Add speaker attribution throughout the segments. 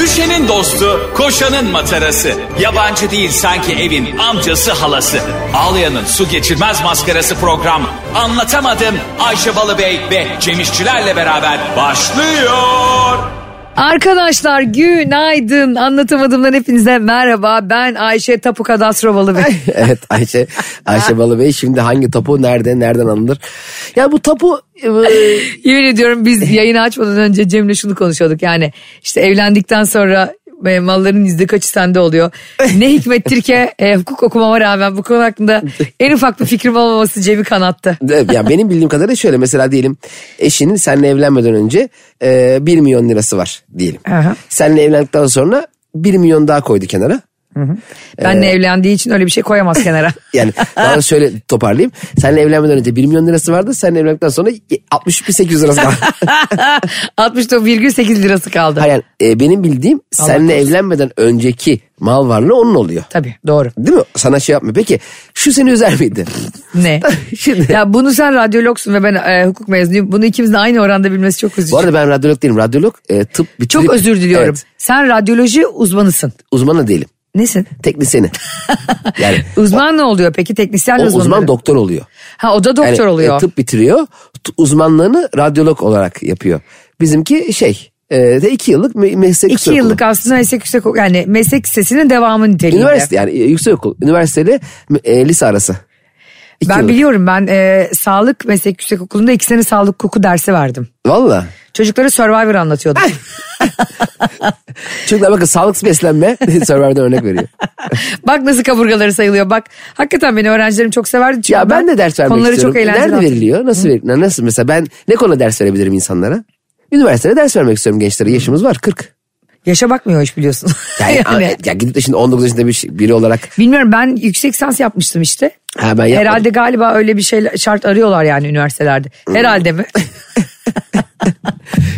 Speaker 1: Ayşe'nin dostu, koşanın matarası. Yabancı değil sanki evin amcası halası. Ağlayan'ın su geçirmez maskarası program. Anlatamadım Ayşe Balıbey ve Cemişçilerle beraber başlıyor.
Speaker 2: Arkadaşlar günaydın. Anlatamadımdan hepinize merhaba. Ben Ayşe Tapu Kadastrovalı ve
Speaker 3: evet Ayşe Ayşe Balıbey şimdi hangi tapu nerede nereden alınır? Ya bu tapu e,
Speaker 2: yemin ediyorum biz yayını açmadan önce Cem'le şunu konuşuyorduk. Yani işte evlendikten sonra e, malların yüzde kaçı sende oluyor. Ne hikmettir ki e, hukuk okumama rağmen bu konu hakkında en ufak bir fikrim olmaması Cem'i kanattı.
Speaker 3: e, ya benim bildiğim kadarıyla şöyle mesela diyelim eşinin seninle evlenmeden önce e, 1 milyon lirası var diyelim.
Speaker 2: Aha.
Speaker 3: Seninle evlendikten sonra 1 milyon daha koydu kenara.
Speaker 2: Benle
Speaker 3: Ee.
Speaker 2: evlendiği için öyle bir şey koyamaz kenara.
Speaker 3: Yani daha şöyle toparlayayım. Seninle evlenmeden önce 1 milyon lirası vardı. Seninle evlendikten sonra 60 800 lirası kaldı.
Speaker 2: 69,8 lirası kaldı.
Speaker 3: Hayır, yani, e, benim bildiğim seninle evlenmeden önceki mal varlığı onun oluyor.
Speaker 2: Tabii doğru.
Speaker 3: Değil mi? Sana şey yapmıyor. Peki şu seni üzer miydi?
Speaker 2: Ne?
Speaker 3: Şimdi.
Speaker 2: Ya bunu sen radyologsun ve ben e, hukuk mezunuyum. Bunu ikimizin de aynı oranda bilmesi çok üzücü.
Speaker 3: Bu arada ben radyolog değilim. Radyolog e, tıp bitirip...
Speaker 2: Çok özür diliyorum.
Speaker 3: Evet,
Speaker 2: Sen radyoloji uzmanısın.
Speaker 3: uzmanı değilim.
Speaker 2: Nesin?
Speaker 3: Teknisyeni. yani
Speaker 2: Uzman ne oluyor peki? Teknisyen
Speaker 3: o
Speaker 2: uzmanı.
Speaker 3: uzman doktor oluyor.
Speaker 2: Ha o da doktor
Speaker 3: Yani, e,
Speaker 2: oluyor.
Speaker 3: tıp bitiriyor. t- Uzmanlığını radyolog olarak yapıyor. Bizimki şey... E, de iki yıllık me- meslek
Speaker 2: İki
Speaker 3: yüksek okulu.
Speaker 2: yıllık aslında meslek yüksek yani meslek lisesinin devamı niteliğinde.
Speaker 3: Üniversite yani e, yüksek okul. Üniversiteyle e, lise arası. İki
Speaker 2: Ben
Speaker 3: yıllık.
Speaker 2: biliyorum ben e, sağlık meslek yüksek okulunda iki sene sağlık hukuku dersi verdim.
Speaker 3: Valla.
Speaker 2: Çocuklara Survivor anlatıyordum.
Speaker 3: Çocuklar bakın sağlıksız beslenme Survivor'dan örnek veriyor.
Speaker 2: bak nasıl kaburgaları sayılıyor bak. Hakikaten beni öğrencilerim çok severdi. Çünkü
Speaker 3: Ya ben de ders vermek
Speaker 2: konuları
Speaker 3: istiyorum.
Speaker 2: çok eğlenceli.
Speaker 3: Nerede
Speaker 2: anlatıyordum.
Speaker 3: veriliyor? Nasıl veriliyor? Nasıl mesela ben ne konuda ders verebilirim insanlara? Üniversitede ders vermek istiyorum gençlere. Yaşımız var 40.
Speaker 2: Yaşa bakmıyor iş biliyorsun.
Speaker 3: Yani,
Speaker 2: Yani.
Speaker 3: ya gidip de şimdi 19 yaşında bir şey- biri olarak
Speaker 2: Bilmiyorum ben yüksek lisans yapmıştım işte.
Speaker 3: ha ben E, yapmadım.
Speaker 2: Herhalde galiba öyle bir şey şart arıyorlar yani üniversitelerde. Herhalde mi?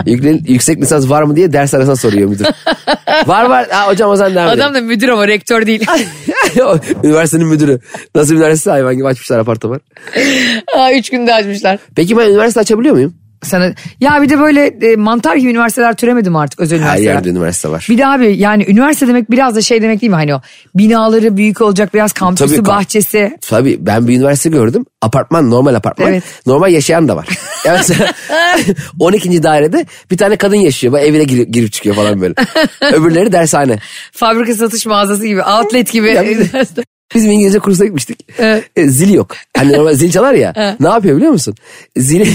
Speaker 3: Yükle- yüksek lisans var mı diye ders arasına soruyor müdür. var var. Ha, hocam o zaman devam
Speaker 2: Adam da müdür ama rektör değil.
Speaker 3: edelim. O Üniversitenin müdürü. Nasıl üniversite hayvan gibi açmışlar apartman.
Speaker 2: Aa, üç günde açmışlar.
Speaker 3: Peki ben üniversite açabiliyor muyum?
Speaker 2: Sana ya bir de böyle e, mantar gibi üniversiteler türemedim artık özel
Speaker 3: Her
Speaker 2: üniversiteler.
Speaker 3: yerde üniversite var.
Speaker 2: Bir de abi yani üniversite demek biraz da şey demek değil mi hani o binaları büyük olacak biraz kampüsü
Speaker 3: Tabii, kamp-
Speaker 2: bahçesi.
Speaker 3: Tabii ben bir üniversite gördüm. Apartman normal apartman.
Speaker 2: Evet.
Speaker 3: Normal yaşayan da var. Yani mesela 12. dairede bir tane kadın yaşıyor. Böyle evine girip, girip çıkıyor falan böyle. Öbürleri dershane.
Speaker 2: Fabrika satış mağazası gibi outlet gibi.
Speaker 3: Ya bir Bizim İngilizce kursuna gitmiştik.
Speaker 2: Evet.
Speaker 3: E, zil yok. Hani normal zil çalar ya. ne yapıyor biliyor musun? Zil,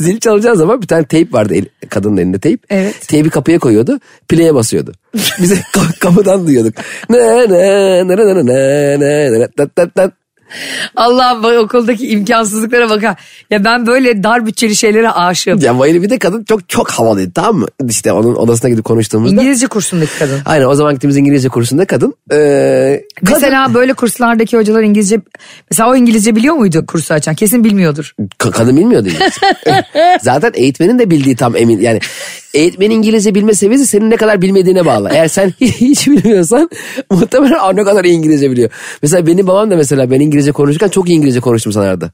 Speaker 3: zil çalacağı zaman bir tane teyp vardı el, kadının elinde teyp.
Speaker 2: Evet.
Speaker 3: Teybi kapıya koyuyordu. Play'e basıyordu. Biz de ka- kapıdan duyuyorduk. Na, na, na, na, na, na, na, na, tat, tat, tat.
Speaker 2: Allah bu okuldaki imkansızlıklara bakar. Ya ben böyle dar bütçeli şeylere aşığım.
Speaker 3: Ya Mayri bir de kadın çok çok havalıydı tamam mı? İşte onun odasına gidip konuştuğumuzda.
Speaker 2: İngilizce kursundaki kadın.
Speaker 3: Aynen o zaman gittiğimiz İngilizce kursunda kadın. eee, kadın-
Speaker 2: Mesela böyle kurslardaki hocalar İngilizce mesela o İngilizce biliyor muydu kursu açan? Kesin bilmiyordur.
Speaker 3: Ka- kadın bilmiyordu İngilizce. Zaten eğitmenin de bildiği tam emin. Yani eğitmenin İngilizce bilme seviyesi senin ne kadar bilmediğine bağlı. Eğer sen hiç bilmiyorsan muhtemelen "Aa, ne kadar iyi İngilizce biliyor. Mesela benim babam da mesela ben İngilizce konuşurken çok iyi İngilizce konuştum sanardı.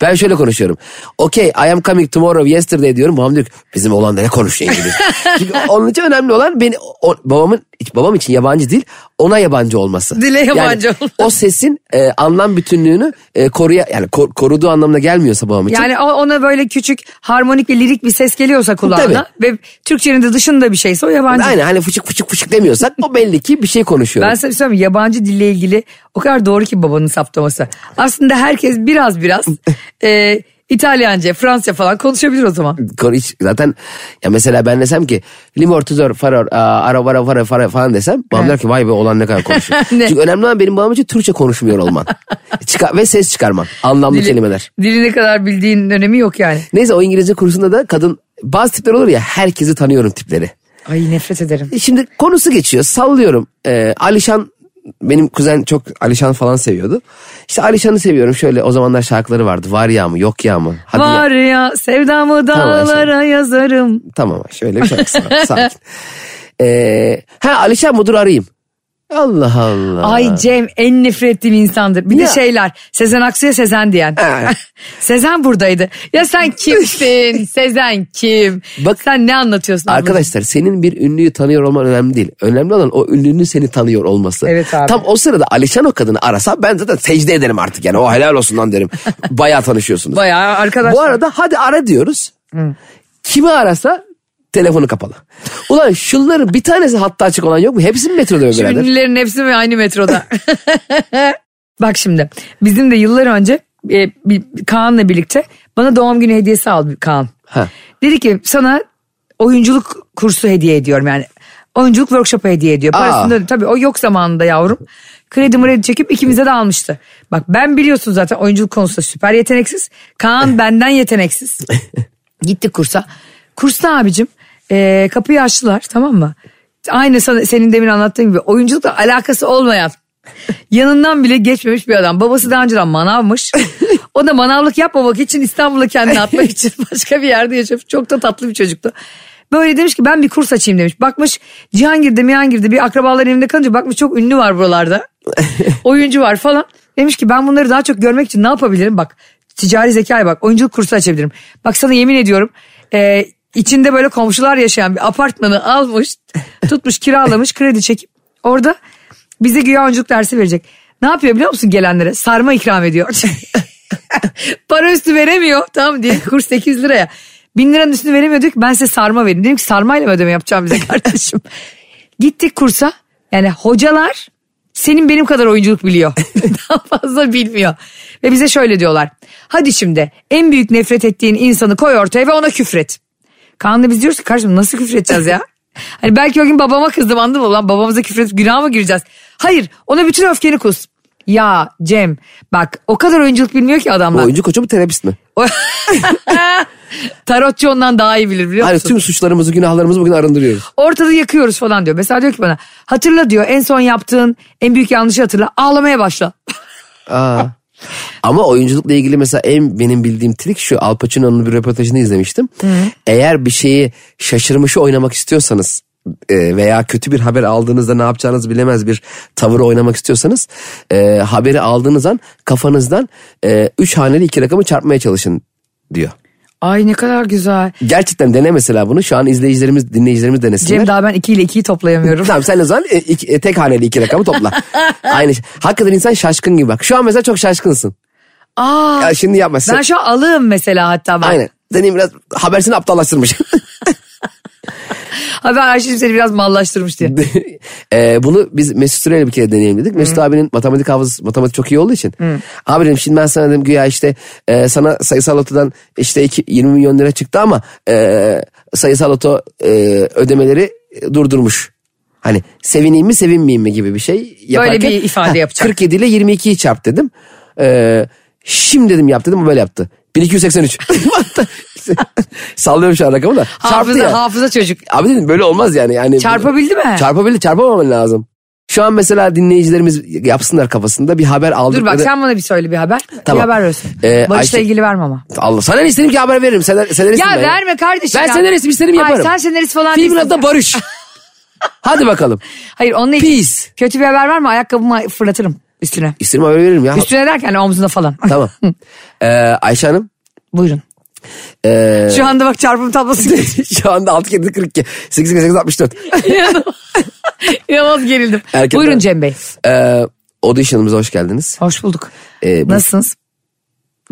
Speaker 3: Ben şöyle konuşuyorum. Okay I am coming tomorrow yesterday diyorum. Babam diyor ki bizim oğlan da ne konuşuyor İngilizce. Çünkü onun için önemli olan beni, o- babamın, babam için yabancı değil ona yabancı olması.
Speaker 2: Dile yabancı
Speaker 3: yani,
Speaker 2: olması.
Speaker 3: O sesin e, anlam bütünlüğünü e, koruya yani ko- koruduğu anlamına gelmiyorsa babam için.
Speaker 2: Yani o- ona böyle küçük harmonik ve lirik bir ses geliyorsa kulağına ve Türkçenin de dışında bir şeyse o yabancı.
Speaker 3: Aynen hani fıçık fıçık fıçık demiyorsak o belli ki bir şey konuşuyor.
Speaker 2: Ben sana bir şey söyleyeyim mi? yabancı dille ilgili o kadar doğru ki babanın saptaması. Aslında herkes biraz biraz e, İtalyanca, Fransızca falan konuşabilir o zaman.
Speaker 3: Konu hiç- zaten ya mesela ben desem ki limortizör faror aa, ara vara vara fara falan desem babam der ki vay be olan ne kadar konuşuyor.
Speaker 2: Ne?
Speaker 3: Çünkü önemli olan benim babam için Türkçe konuşmuyor olman. Çıkar ve ses çıkarman. Anlamlı
Speaker 2: Dili-
Speaker 3: kelimeler.
Speaker 2: Dili ne kadar bildiğinin önemi yok yani.
Speaker 3: Neyse o İngilizce kursunda da kadın bazı tipler olur ya herkesi tanıyorum tipleri.
Speaker 2: Ay nefret ederim.
Speaker 3: Şimdi konusu geçiyor sallıyorum. Ee, Alişan benim kuzen çok Alişan falan seviyordu. İşte Alişan'ı seviyorum şöyle o zamanlar şarkıları vardı. Var ya mı yok ya mı? Hadi ya-
Speaker 2: Var ya sevdamı dağlara yazarım.
Speaker 3: Tamam şöyle bir şarkısı var. Sakin. Ee, ha Alişan Mudur arayayım. Allah Allah.
Speaker 2: Ay Cem en nefret ettiğim insandır. Bir
Speaker 3: Ya.
Speaker 2: de şeyler. Sezen Aksu'ya Sezen diyen.
Speaker 3: Ha.
Speaker 2: Sezen buradaydı. Ya sen kimsin? Sezen kim?
Speaker 3: Bak-
Speaker 2: sen ne anlatıyorsun?
Speaker 3: Arkadaşlar senin bir ünlüyü tanıyor olman önemli değil. Önemli olan o ünlünün seni tanıyor olması.
Speaker 2: Evet abi.
Speaker 3: Tam o sırada Alişan o kadını arasa ben zaten secde ederim artık yani. O helal olsun lan derim. Bayağı tanışıyorsunuz.
Speaker 2: Bayağı arkadaşlar.
Speaker 3: Bu arada hadi ara diyoruz. Kimi arasa telefonu kapalı. Ulan şunların bir tanesi hatta açık olan yok mu? Hepsi mi metroda be
Speaker 2: Şu
Speaker 3: birader?
Speaker 2: ünlülerin hepsi mi aynı metroda? Bak şimdi bizim de yıllar önce e, bir, Kaan'la birlikte bana doğum günü hediyesi aldı Kaan.
Speaker 3: Ha.
Speaker 2: Dedi ki sana oyunculuk kursu hediye ediyorum yani. Oyunculuk workshop'a hediye ediyor.
Speaker 3: Aa.
Speaker 2: Parasını da- tabii o yok zamanında yavrum. Kredi mredi çekip ikimize de almıştı. Bak ben biliyorsun zaten oyunculuk konusunda süper yeteneksiz. Kaan benden yeteneksiz. Gitti kursa. Kursta abicim eee, kapıyı açtılar tamam mı? Aynı sana, senin demin anlattığın gibi oyunculukla alakası olmayan yanından bile geçmemiş bir adam. Babası daha önceden manavmış. O da manavlık yapmamak için İstanbul'a kendini atmak için başka bir yerde yaşamış. Çok da tatlı bir çocuktu. Böyle demiş ki ben bir kurs açayım demiş. Bakmış Cihangir'de Mihangir'de bir akrabaların evinde kalınca bakmış çok ünlü var buralarda. Oyuncu var falan. Demiş ki ben bunları daha çok görmek için ne yapabilirim? Bak ticari zekaya bak oyunculuk kursu açabilirim. Bak sana yemin ediyorum e, içinde böyle komşular yaşayan bir apartmanı almış tutmuş kiralamış kredi çekip orada bize güya oyunculuk dersi verecek. Ne yapıyor biliyor musun gelenlere? Sarma ikram ediyor. Para üstü veremiyor tamam diye kurs 8 liraya. Bin liranın üstünü veremiyor diyor ki ben size sarma vereyim. Dedim ki sarmayla mı ödeme yapacağım bize kardeşim. Gittik kursa yani hocalar senin benim kadar oyunculuk biliyor. Daha fazla bilmiyor. Ve bize şöyle diyorlar. Hadi şimdi en büyük nefret ettiğin insanı koy ortaya ve ona küfret. Kaan'la biz diyoruz ki kardeşim nasıl küfredeceğiz ya? hani belki o gün babama kızdım anladın mı? Lan babamıza küfredip günah mı gireceğiz? Hayır ona bütün öfkeni kus. Ya Cem bak o kadar oyunculuk bilmiyor ki
Speaker 3: Bu
Speaker 2: adamlar.
Speaker 3: Oyuncu koçu mu terapist mi?
Speaker 2: Tarotçu ondan daha iyi bilir biliyor
Speaker 3: Hani
Speaker 2: musun?
Speaker 3: tüm suçlarımızı günahlarımızı bugün arındırıyoruz.
Speaker 2: Ortada yakıyoruz falan diyor. Mesela diyor ki bana hatırla diyor en son yaptığın en büyük yanlışı hatırla ağlamaya başla.
Speaker 3: Aa. Ama oyunculukla ilgili mesela en benim bildiğim trik şu Al Pacino'nun bir röportajını izlemiştim. Eğer bir şeyi şaşırmışı oynamak istiyorsanız e, veya kötü bir haber aldığınızda ne yapacağınızı bilemez bir tavır oynamak istiyorsanız e, haberi aldığınız an kafanızdan e, üç haneli iki rakamı çarpmaya çalışın diyor.
Speaker 2: Ay ne kadar güzel.
Speaker 3: Gerçekten dene mesela bunu şu an izleyicilerimiz dinleyicilerimiz denesinler.
Speaker 2: Cem daha ben 2 ile 2'yi toplayamıyorum.
Speaker 3: Tamam sen o zaman e, iki- e, tek haneli iki rakamı topla. Aynı. şey. Hakikaten insan şaşkın gibi bak. Şu an mesela çok şaşkınsın.
Speaker 2: Aa,
Speaker 3: Ya şimdi yapma. sen-
Speaker 2: ben şu an alığım mesela hatta bak.
Speaker 3: Aynen. Deneyim biraz habersini aptallaştırmış.
Speaker 2: Haber Ayşe'cim seni biraz mallaştırmış diye.
Speaker 3: Ee, bunu biz Mesut Süreyle bir kere deneyelim dedik. Mesut abinin matematik hafızası, matematik çok iyi olduğu için. Abi dedim şimdi ben sana dedim güya işte e, sana sayısal lotodan işte iki- 20 milyon lira çıktı ama e, sayısal loto e, ödemeleri durdurmuş. Hani sevineyim mi sevinmeyeyim mi gibi bir şey yaparken.
Speaker 2: bir ifade yapacak.
Speaker 3: 47 ile 22'yi çarp dedim. Ee, şimdi dedim yap dedim o böyle yaptı. 1283. Sallıyorum şu an rakamı da. Çarptı
Speaker 2: Hafıza,
Speaker 3: ya.
Speaker 2: hafıza çocuk.
Speaker 3: Abi dedim böyle olmaz yani. yani
Speaker 2: Çarpabildi mi?
Speaker 3: Çarpabildi çarpamaman lazım. Şu an mesela dinleyicilerimiz yapsınlar kafasında bir haber
Speaker 2: Dur
Speaker 3: aldıkları.
Speaker 2: bak sen bana bir söyle bir haber.
Speaker 3: Tamam.
Speaker 2: Bir haber versin.
Speaker 3: Ee,
Speaker 2: Barış'la
Speaker 3: Ayşe-
Speaker 2: ilgili verme ama.
Speaker 3: Allah sana ne istedim ki haber veririm. Sen, senaristim
Speaker 2: Ya
Speaker 3: ben
Speaker 2: verme kardeşim
Speaker 3: Ben
Speaker 2: ya.
Speaker 3: senarist isterim
Speaker 2: Ay,
Speaker 3: yaparım.
Speaker 2: sen senarist falan
Speaker 3: Filmin
Speaker 2: değilsin
Speaker 3: adı da
Speaker 2: ya.
Speaker 3: Barış. Hadi bakalım.
Speaker 2: Hayır onunla ilgili.
Speaker 3: Peace.
Speaker 2: Kötü bir haber var mı? Ayakkabımı fırlatırım üstüne.
Speaker 3: İsterim haber veririm ya.
Speaker 2: Üstüne derken omzuna falan.
Speaker 3: Tamam. Ee, Ayşe Hanım.
Speaker 2: Buyurun.
Speaker 3: ee,
Speaker 2: Şu anda bak çarpım tablosu.
Speaker 3: şu anda 6 kedi 42. 8 8 64.
Speaker 2: İnanılmaz gerildim.
Speaker 3: Erkekler-
Speaker 2: Buyurun Cem Bey.
Speaker 3: Ee, audition'ımıza hoş geldiniz.
Speaker 2: Hoş bulduk.
Speaker 3: Ee, bu-
Speaker 2: Nasılsınız?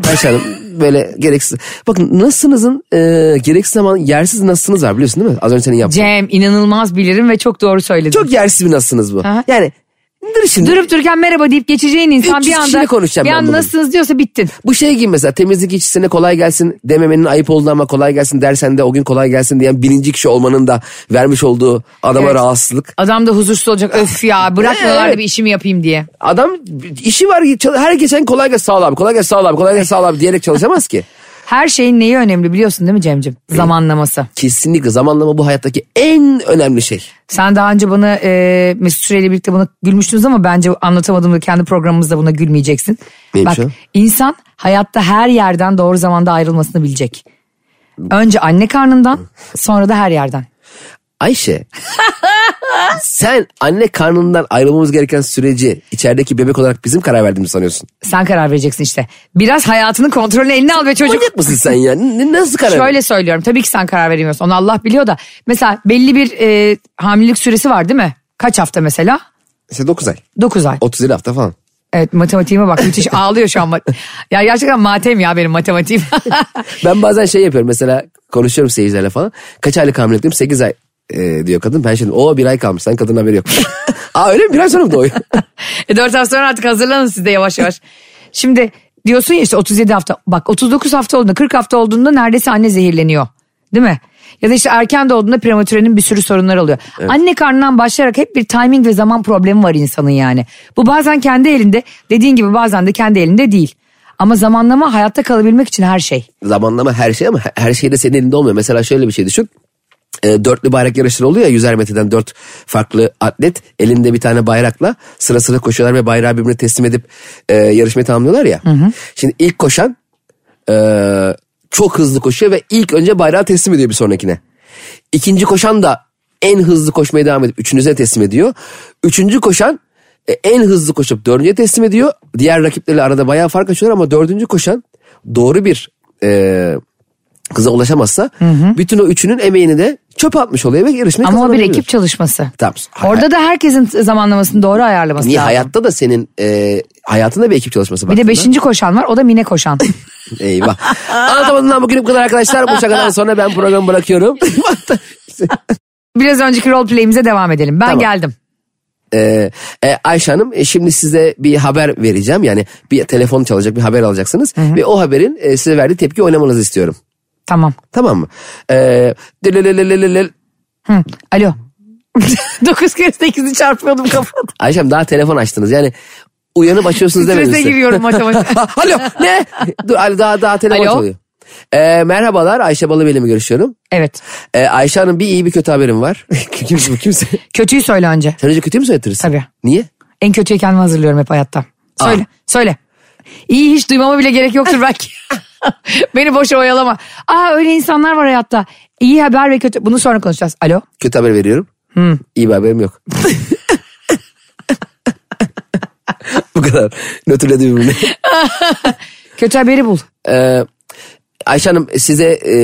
Speaker 3: Ayşe Hanım böyle gereksiz. Bakın nasılsınızın e, gereksiz zaman yersiz nasılsınız var biliyorsun değil mi? Az önce senin yaptığın.
Speaker 2: Cem inanılmaz bilirim ve çok doğru söyledin.
Speaker 3: Çok yersiz bir nasılsınız bu.
Speaker 2: Aha.
Speaker 3: Yani dur şimdi.
Speaker 2: Durup dururken merhaba deyip geçeceğin insan
Speaker 3: 300
Speaker 2: bir anda
Speaker 3: kişiyle konuşacağım
Speaker 2: bir
Speaker 3: ben
Speaker 2: anda
Speaker 3: bugün.
Speaker 2: nasılsınız diyorsa bittin.
Speaker 3: Bu şey gibi mesela temizlik işçisine kolay gelsin dememenin ayıp olduğu ama kolay gelsin dersen de o gün kolay gelsin diyen birinci kişi olmanın da vermiş olduğu adama
Speaker 2: Evet.
Speaker 3: rahatsızlık.
Speaker 2: Adam da huzursuz olacak öf ya bırakmıyorlar
Speaker 3: Evet.
Speaker 2: da bir işimi yapayım diye.
Speaker 3: Adam işi var her geçen kolay gelsin sağ ol abi kolay gelsin sağ ol abi kolay gelsin sağ ol abi diyerek çalışamaz ki.
Speaker 2: Her şeyin neyi önemli biliyorsun değil mi Cem'cim? Zamanlaması.
Speaker 3: Kesinlikle zamanlama bu hayattaki en önemli şey.
Speaker 2: Sen daha önce bana e, Mesut Süreyle birlikte buna gülmüştünüz ama bence anlatamadığımda kendi programımızda buna gülmeyeceksin.
Speaker 3: Neymiş
Speaker 2: Bak
Speaker 3: o?
Speaker 2: insan hayatta her yerden doğru zamanda ayrılmasını bilecek. Önce anne karnından sonra da her yerden.
Speaker 3: Ayşe sen anne karnından ayrılmamız gereken süreci içerideki bebek olarak bizim karar verdiğimizi sanıyorsun.
Speaker 2: Sen karar vereceksin işte. Biraz hayatının kontrolünü eline al be çocuk.
Speaker 3: Manyak mısın sen ya? N- nasıl karar
Speaker 2: Şöyle söylüyorum tabii ki sen karar veremiyorsun onu Allah biliyor da. Mesela belli bir e, hamilelik süresi var değil mi? Kaç hafta mesela?
Speaker 3: İşte 9 ay.
Speaker 2: 9 ay.
Speaker 3: 37 hafta falan.
Speaker 2: Evet matematiğime bak müthiş ağlıyor şu an. mat- Ya gerçekten matem ya benim matematiğim.
Speaker 3: Ben bazen şey yapıyorum mesela konuşuyorum seyircilerle falan. Kaç aylık hamilelik diyorum? 8 ay e, diyor kadın. Ben şimdi o bir ay kalmış. Sen kadın haberi yok. Aa öyle mi? Bir ay sonra mı doğuyor?
Speaker 2: e, 4 hafta sonra artık hazırlanın siz de yavaş yavaş. Şimdi diyorsun ya işte 37 hafta. Bak 39 hafta olduğunda 40 hafta olduğunda neredeyse anne zehirleniyor. Değil mi? Ya da işte erken doğduğunda prematürenin bir sürü sorunları oluyor. Anne karnından başlayarak hep bir timing ve zaman problemi var insanın yani. Bu bazen kendi elinde dediğin gibi bazen de kendi elinde değil. Ama zamanlama hayatta kalabilmek için her şey.
Speaker 3: Zamanlama her şey ama her- her şey de senin elinde olmuyor. Mesela şöyle bir şey düşün. E, dörtlü bayrak yarışları oluyor ya yüzer metreden dört farklı atlet elinde bir tane bayrakla sıra sıra koşuyorlar ve bayrağı birbirine teslim edip e, yarışmayı tamamlıyorlar ya. Şimdi ilk koşan e, çok hızlı koşuyor ve ilk önce bayrağı teslim ediyor bir sonrakine. İkinci koşan da en hızlı koşmaya devam edip üçünüze teslim ediyor. Üçüncü koşan e, en hızlı koşup dördüncüye teslim ediyor. Diğer rakipleriyle arada bayağı fark açıyorlar ama dördüncü koşan doğru bir e, kıza ulaşamazsa bütün o üçünün emeğini de çöpe atmış oluyor ve yarışmayı
Speaker 2: Ama o bir
Speaker 3: kazanamayabilir.
Speaker 2: ekip çalışması.
Speaker 3: Tamam.
Speaker 2: Orada da herkesin zamanlamasını doğru ayarlaması
Speaker 3: Niye
Speaker 2: lazım.
Speaker 3: hayatta da senin e, hayatında bir ekip çalışması var.
Speaker 2: Bir de beşinci koşan var o da mine koşan.
Speaker 3: Eyvah. Anlatamadığımdan bugün bu kadar arkadaşlar. Bu şakadan sonra ben programı bırakıyorum.
Speaker 2: Biraz önceki role play'imize devam edelim. Ben
Speaker 3: Tamam.
Speaker 2: geldim.
Speaker 3: Ee, e, Ayşe Hanım e, şimdi size bir haber vereceğim. Yani bir telefon çalacak bir haber alacaksınız. Ve o haberin e, size verdiği tepki oynamanızı istiyorum.
Speaker 2: Tamam.
Speaker 3: Tamam mı? Ee, delelelelelele-
Speaker 2: Hı. Alo. 9 kere 8'i çarpıyordum kafamda.
Speaker 3: Ayşem daha telefon açtınız. Yani uyanıp açıyorsunuz demedim
Speaker 2: Strese
Speaker 3: size.
Speaker 2: giriyorum matematik.
Speaker 3: Alo ne? Dur Ali, daha daha telefon
Speaker 2: Alo.
Speaker 3: çalıyor. Ee, merhabalar Ayşe Balıbeli mi görüşüyorum?
Speaker 2: evet.
Speaker 3: Ee, Ayşe Hanım bir iyi bir kötü haberim var. kimse kimse.
Speaker 2: Kötüyü söyle önce.
Speaker 3: Sen önce kötüyü mü söyletirsin?
Speaker 2: Tabii.
Speaker 3: Niye?
Speaker 2: En kötüyü kendime hazırlıyorum hep hayatta. Söyle. Söyle. İyi hiç duymama bile gerek yoktur belki. Beni boşa oyalama. Aa öyle insanlar var hayatta. İyi haber ve kötü. Bunu sonra konuşacağız. Alo.
Speaker 3: Kötü haber veriyorum. İyi bir haberim yok. Bu kadar. Nötrledi birbirini.
Speaker 2: Kötü haberi bul.
Speaker 3: Ee, Ayşe Hanım size e,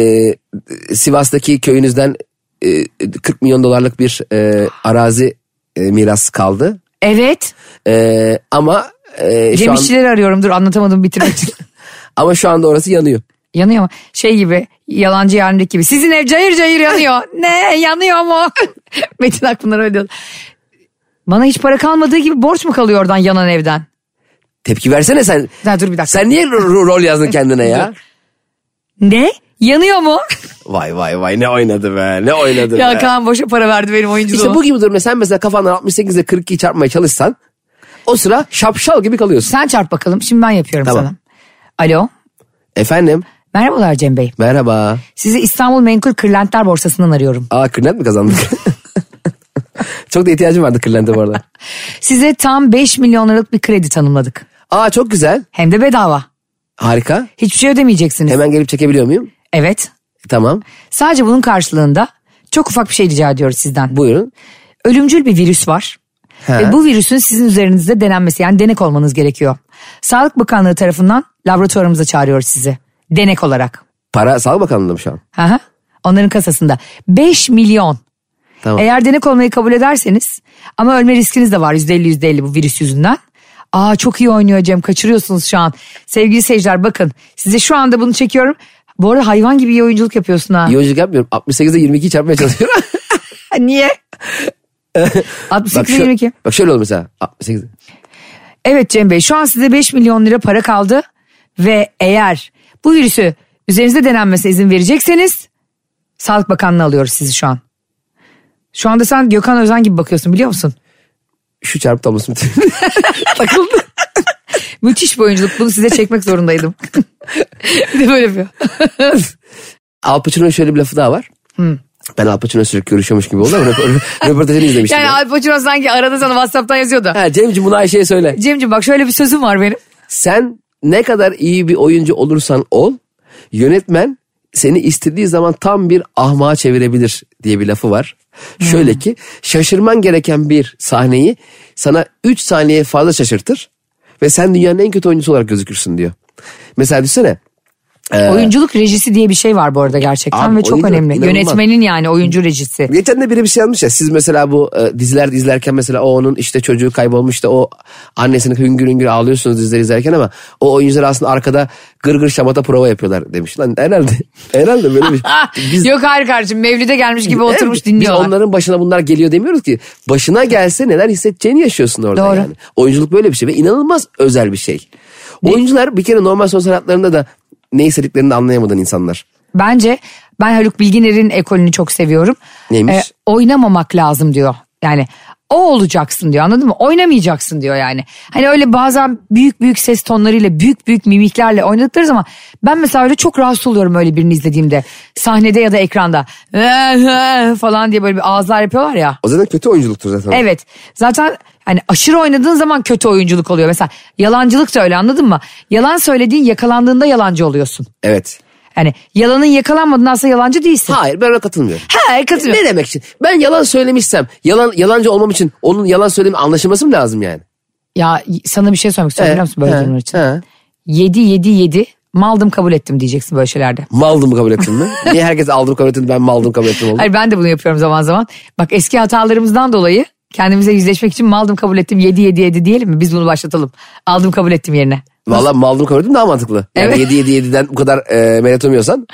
Speaker 3: Sivas'taki köyünüzden e, 40 milyon dolarlık bir e, arazi e, miras kaldı.
Speaker 2: Evet.
Speaker 3: E, ama e, şu an,
Speaker 2: Cemişçileri arıyorum. Dur anlatamadım bitirmek için.
Speaker 3: ama şu anda orası yanıyor.
Speaker 2: Yanıyor mu? Şey gibi yalancı yarındaki gibi. Sizin ev cayır cayır yanıyor. ne yanıyor mu? Metin Akpınar öyle diyor. Bana hiç para kalmadığı gibi borç mu kalıyor oradan yanan evden?
Speaker 3: Tepki versene sen.
Speaker 2: Ya dur bir dakika.
Speaker 3: Sen niye ro- ro- rol yazdın kendine ya?
Speaker 2: Ne? Yanıyor mu?
Speaker 3: Vay vay vay ne oynadı be ne oynadı
Speaker 2: ya
Speaker 3: be.
Speaker 2: Kaan boşa para verdi benim oyunculuğuma.
Speaker 3: İşte bu gibi durumda sen mesela kafandan 68 ile 42'yi çarpmaya çalışsan o sıra şapşal gibi kalıyorsun.
Speaker 2: Sen çarp bakalım. Şimdi ben yapıyorum
Speaker 3: Tamam.
Speaker 2: sana. Alo.
Speaker 3: Efendim
Speaker 2: Merhabalar Cem Bey.
Speaker 3: merhaba.
Speaker 2: Sizi İstanbul Menkul Kırlentler Borsası'ndan arıyorum.
Speaker 3: Aa kırlent mi kazandık? çok da ihtiyacım vardı kırlente bu arada.
Speaker 2: Size tam 5 milyon liralık bir kredi tanımladık.
Speaker 3: Aa çok güzel
Speaker 2: Hem de bedava.
Speaker 3: harika.
Speaker 2: Hiçbir şey ödemeyeceksiniz.
Speaker 3: Hemen gelip çekebiliyor muyum?
Speaker 2: Evet.
Speaker 3: Tamam
Speaker 2: Sadece bunun karşılığında çok ufak bir şey rica ediyoruz sizden.
Speaker 3: buyurun.
Speaker 2: Ölümcül bir virüs var.
Speaker 3: He.
Speaker 2: Ve bu virüsün sizin üzerinizde denenmesi yani denek olmanız gerekiyor. Sağlık Bakanlığı tarafından laboratuvarımıza çağırıyoruz sizi. Denek olarak.
Speaker 3: Para sağlık bakanlığım şu an.
Speaker 2: Aha. Onların kasasında. 5 milyon.
Speaker 3: Tamam.
Speaker 2: Eğer denek olmayı kabul ederseniz ama ölme riskiniz de var %50 %50 bu virüs yüzünden. Aa çok iyi oynuyor Cem kaçırıyorsunuz şu an. Sevgili seyirciler bakın size şu anda bunu çekiyorum. Bu arada hayvan gibi iyi oyunculuk yapıyorsun ha.
Speaker 3: Yolculuk yapmıyorum. 68 ile 22'yi çarpmaya çalışıyorum.
Speaker 2: Niye?
Speaker 3: bak,
Speaker 2: 68
Speaker 3: şu-
Speaker 2: 22.
Speaker 3: bak şöyle olur mesela. 68.
Speaker 2: Evet Cem Bey şu an size 5 milyon lira para kaldı ve eğer bu virüsü üzerinizde denenmesine izin verecekseniz Sağlık Bakanlığı alıyoruz sizi şu an. Şu anda sen Gökhan Özen gibi bakıyorsun biliyor musun?
Speaker 3: Şu çarpı tablosu.
Speaker 2: Müthiş bir oyunculuk bunu size çekmek zorundaydım. bir de böyle yapıyor.
Speaker 3: Al Pacino'nun şöyle bir lafı daha var. Ben Al Pacino sürekli görüşüyormuş gibi oldu ama röpor- röportajını izlemiştim.
Speaker 2: Yani
Speaker 3: ben.
Speaker 2: Al Pacino sanki arada sana Whatsapp'tan yazıyordu.
Speaker 3: Ha, Cem'ciğim bunu Ayşe'ye söyle.
Speaker 2: Cemciğim bak şöyle bir sözüm var benim.
Speaker 3: Sen ne kadar iyi bir oyuncu olursan ol, yönetmen seni istediği zaman tam bir ahmağa çevirebilir diye bir lafı var. Şöyle ki şaşırman gereken bir sahneyi sana 3 saniye fazla şaşırtır ve sen dünyanın en kötü oyuncusu olarak gözükürsün diyor. Mesela düşünsene
Speaker 2: Oyunculuk rejisi diye bir şey var bu arada gerçekten
Speaker 3: Ee. Abi
Speaker 2: ve çok
Speaker 3: oyunculuk
Speaker 2: önemli.
Speaker 3: inanılmaz.
Speaker 2: Yönetmenin yani oyuncu rejisi.
Speaker 3: Geçen de biri bir şey yazmış ya siz mesela bu e, diziler izlerken mesela o onun işte çocuğu kaybolmuş da o annesini hüngür hüngür ağlıyorsunuz dizileri izlerken ama o oyuncular aslında arkada gır gır şamata prova yapıyorlar demiş. Lan herhalde herhalde böyle bir biz,
Speaker 2: Yok hayır kardeşim Mevlid'e gelmiş gibi
Speaker 3: Evet,
Speaker 2: oturmuş
Speaker 3: Biz
Speaker 2: dinliyorlar.
Speaker 3: onların başına bunlar geliyor demiyoruz ki. Başına gelse neler hissedeceğini yaşıyorsun orada
Speaker 2: Doğru.
Speaker 3: yani. Oyunculuk böyle bir şey ve inanılmaz özel bir şey. Oyuncular bir kere normal son sanatlarında da ne istediklerini anlayamadan insanlar.
Speaker 2: Bence ben Haluk Bilginer'in ekolünü çok seviyorum. Ee,
Speaker 3: Neymiş?
Speaker 2: oynamamak lazım diyor. Yani o olacaksın diyor anladın mı? Oynamayacaksın diyor yani. Hani öyle bazen büyük büyük ses tonlarıyla büyük büyük mimiklerle oynadıkları zaman ben mesela öyle çok rahatsız oluyorum öyle birini izlediğimde. Sahnede ya da ekranda Ee, falan diye böyle bir ağızlar yapıyorlar ya.
Speaker 3: O zaten kötü oyunculuktur zaten.
Speaker 2: Evet. Zaten hani aşırı oynadığın zaman kötü oyunculuk oluyor. Mesela yalancılık da öyle anladın mı? Yalan söylediğin yakalandığında yalancı oluyorsun.
Speaker 3: Evet.
Speaker 2: Yani yalanın yakalanmadığında aslında yalancı değilsin.
Speaker 3: Hayır ben ona katılmıyorum.
Speaker 2: Ha, katılıyorum.
Speaker 3: Ne demek için? Ben yalan söylemişsem, yalan yalancı olmam için onun yalan söylemi anlaşılması mı lazım yani?
Speaker 2: Ya sana bir şey söylemek istiyorum biliyor musun böyle
Speaker 3: he,
Speaker 2: durumlar için?
Speaker 3: he.
Speaker 2: Yedi yedi yedi maldım kabul ettim diyeceksin böyle şeylerde.
Speaker 3: Maldım kabul ettin mi? Niye herkes aldım kabul ettin ben maldım kabul ettim oldum?
Speaker 2: Hayır ben de bunu yapıyorum zaman zaman. Bak eski hatalarımızdan dolayı kendimize yüzleşmek için maldım kabul ettim yedi yedi yedi diyelim mi? Biz bunu başlatalım. Aldım kabul ettim yerine.
Speaker 3: Valla maldım kabul ettim daha mantıklı. Yani
Speaker 2: Evet.
Speaker 3: 7 7 7'den bu kadar e, men etmiyorsan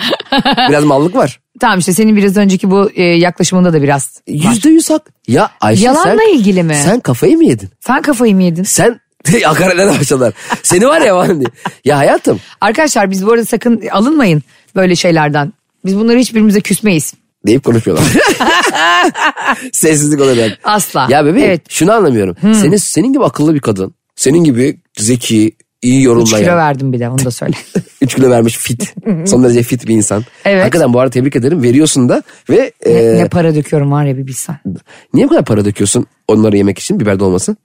Speaker 3: biraz mallık var.
Speaker 2: Tamam işte senin biraz önceki bu e, yaklaşımında da biraz.
Speaker 3: Yüzde yüz hak. Ya Ayşe sen,
Speaker 2: Yalanla ilgili mi?
Speaker 3: sen kafayı mı yedin?
Speaker 2: Sen kafayı mı yedin?
Speaker 3: Sen hakaretlerden başladılar. Seni var ya var diye. Ya hayatım
Speaker 2: Arkadaşlar biz bu arada sakın alınmayın böyle şeylerden. Biz bunları hiçbirimize küsmeyiz.
Speaker 3: deyip konuşuyorlar. Sessizlik olarak.
Speaker 2: Asla.
Speaker 3: Ya bebeğim
Speaker 2: Evet. Hmm.
Speaker 3: şunu anlamıyorum. Senin senin gibi akıllı bir kadın, senin gibi zeki, iyi
Speaker 2: Üç kilo
Speaker 3: yorumlayan,
Speaker 2: verdim bir de onu da söyle.
Speaker 3: 3 kilo vermiş fit, son derece fit bir insan.
Speaker 2: Evet.
Speaker 3: Hakikaten bu arada tebrik ederim. Veriyorsun da ve e,
Speaker 2: ne para döküyorum var ya bir bilsen.
Speaker 3: niye bu kadar para döküyorsun onları yemek için biber dolması?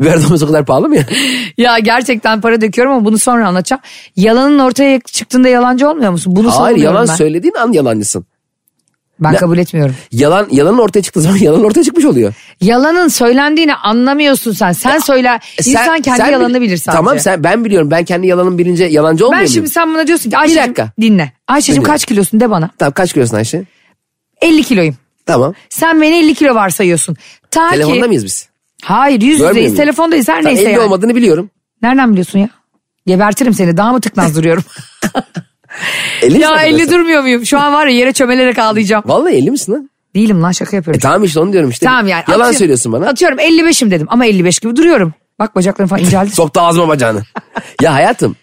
Speaker 3: biber dolması o kadar pahalı mı ya?
Speaker 2: Ya gerçekten para döküyorum ama bunu sonra anlatacağım. Yalanın ortaya çıktığında yalancı olmuyor musun? Bunu
Speaker 3: Hayır
Speaker 2: savunuyorum
Speaker 3: yalan
Speaker 2: ben.
Speaker 3: söylediğin an yalancısın.
Speaker 2: ben kabul etmiyorum.
Speaker 3: Yalan yalanın ortaya çıktığı zaman yalan ortaya çıkmış oluyor.
Speaker 2: Yalanın söylendiğini anlamıyorsun sen. Sen söyle.
Speaker 3: e,
Speaker 2: İnsan kendi
Speaker 3: bil-
Speaker 2: yalanını bilir sadece.
Speaker 3: Tamam sen ben biliyorum. Ben kendi yalanımı bilince yalancı olmuyor
Speaker 2: Ben
Speaker 3: muyum?
Speaker 2: şimdi sen bana diyorsun ki Ayşe'cim
Speaker 3: dakika.
Speaker 2: dinle. Ayşe'cim
Speaker 3: Dinliyorum.
Speaker 2: kaç kilosun de bana.
Speaker 3: Tamam kaç kilosun Ayşe?
Speaker 2: 50 kiloyum.
Speaker 3: Tamam.
Speaker 2: Sen beni 50 kilo varsayıyorsun. Ta ki...
Speaker 3: Telefonda mıyız biz?
Speaker 2: Hayır yüz
Speaker 3: Görmüyor
Speaker 2: yüzeyiz
Speaker 3: muyum?
Speaker 2: telefondayız her
Speaker 3: Tamam,
Speaker 2: neyse
Speaker 3: 50
Speaker 2: yani.
Speaker 3: olmadığını biliyorum.
Speaker 2: Nereden biliyorsun ya? Gebertirim seni daha mı tıknaz duruyorum?
Speaker 3: 50
Speaker 2: ya
Speaker 3: misin
Speaker 2: 50
Speaker 3: arkadaşlar?
Speaker 2: durmuyor muyum? Şu an var ya yere çömelerek ağlayacağım.
Speaker 3: Vallahi 50 misin lan?
Speaker 2: Değilim lan şaka yapıyorum.
Speaker 3: E tamam işte onu diyorum işte.
Speaker 2: tamam yani.
Speaker 3: Yalan
Speaker 2: atıyorum-
Speaker 3: söylüyorsun bana.
Speaker 2: Atıyorum 55'im dedim ama 55 gibi duruyorum. Bak bacaklarım falan inceldi.
Speaker 3: Soktu ağzıma bacağını. ya hayatım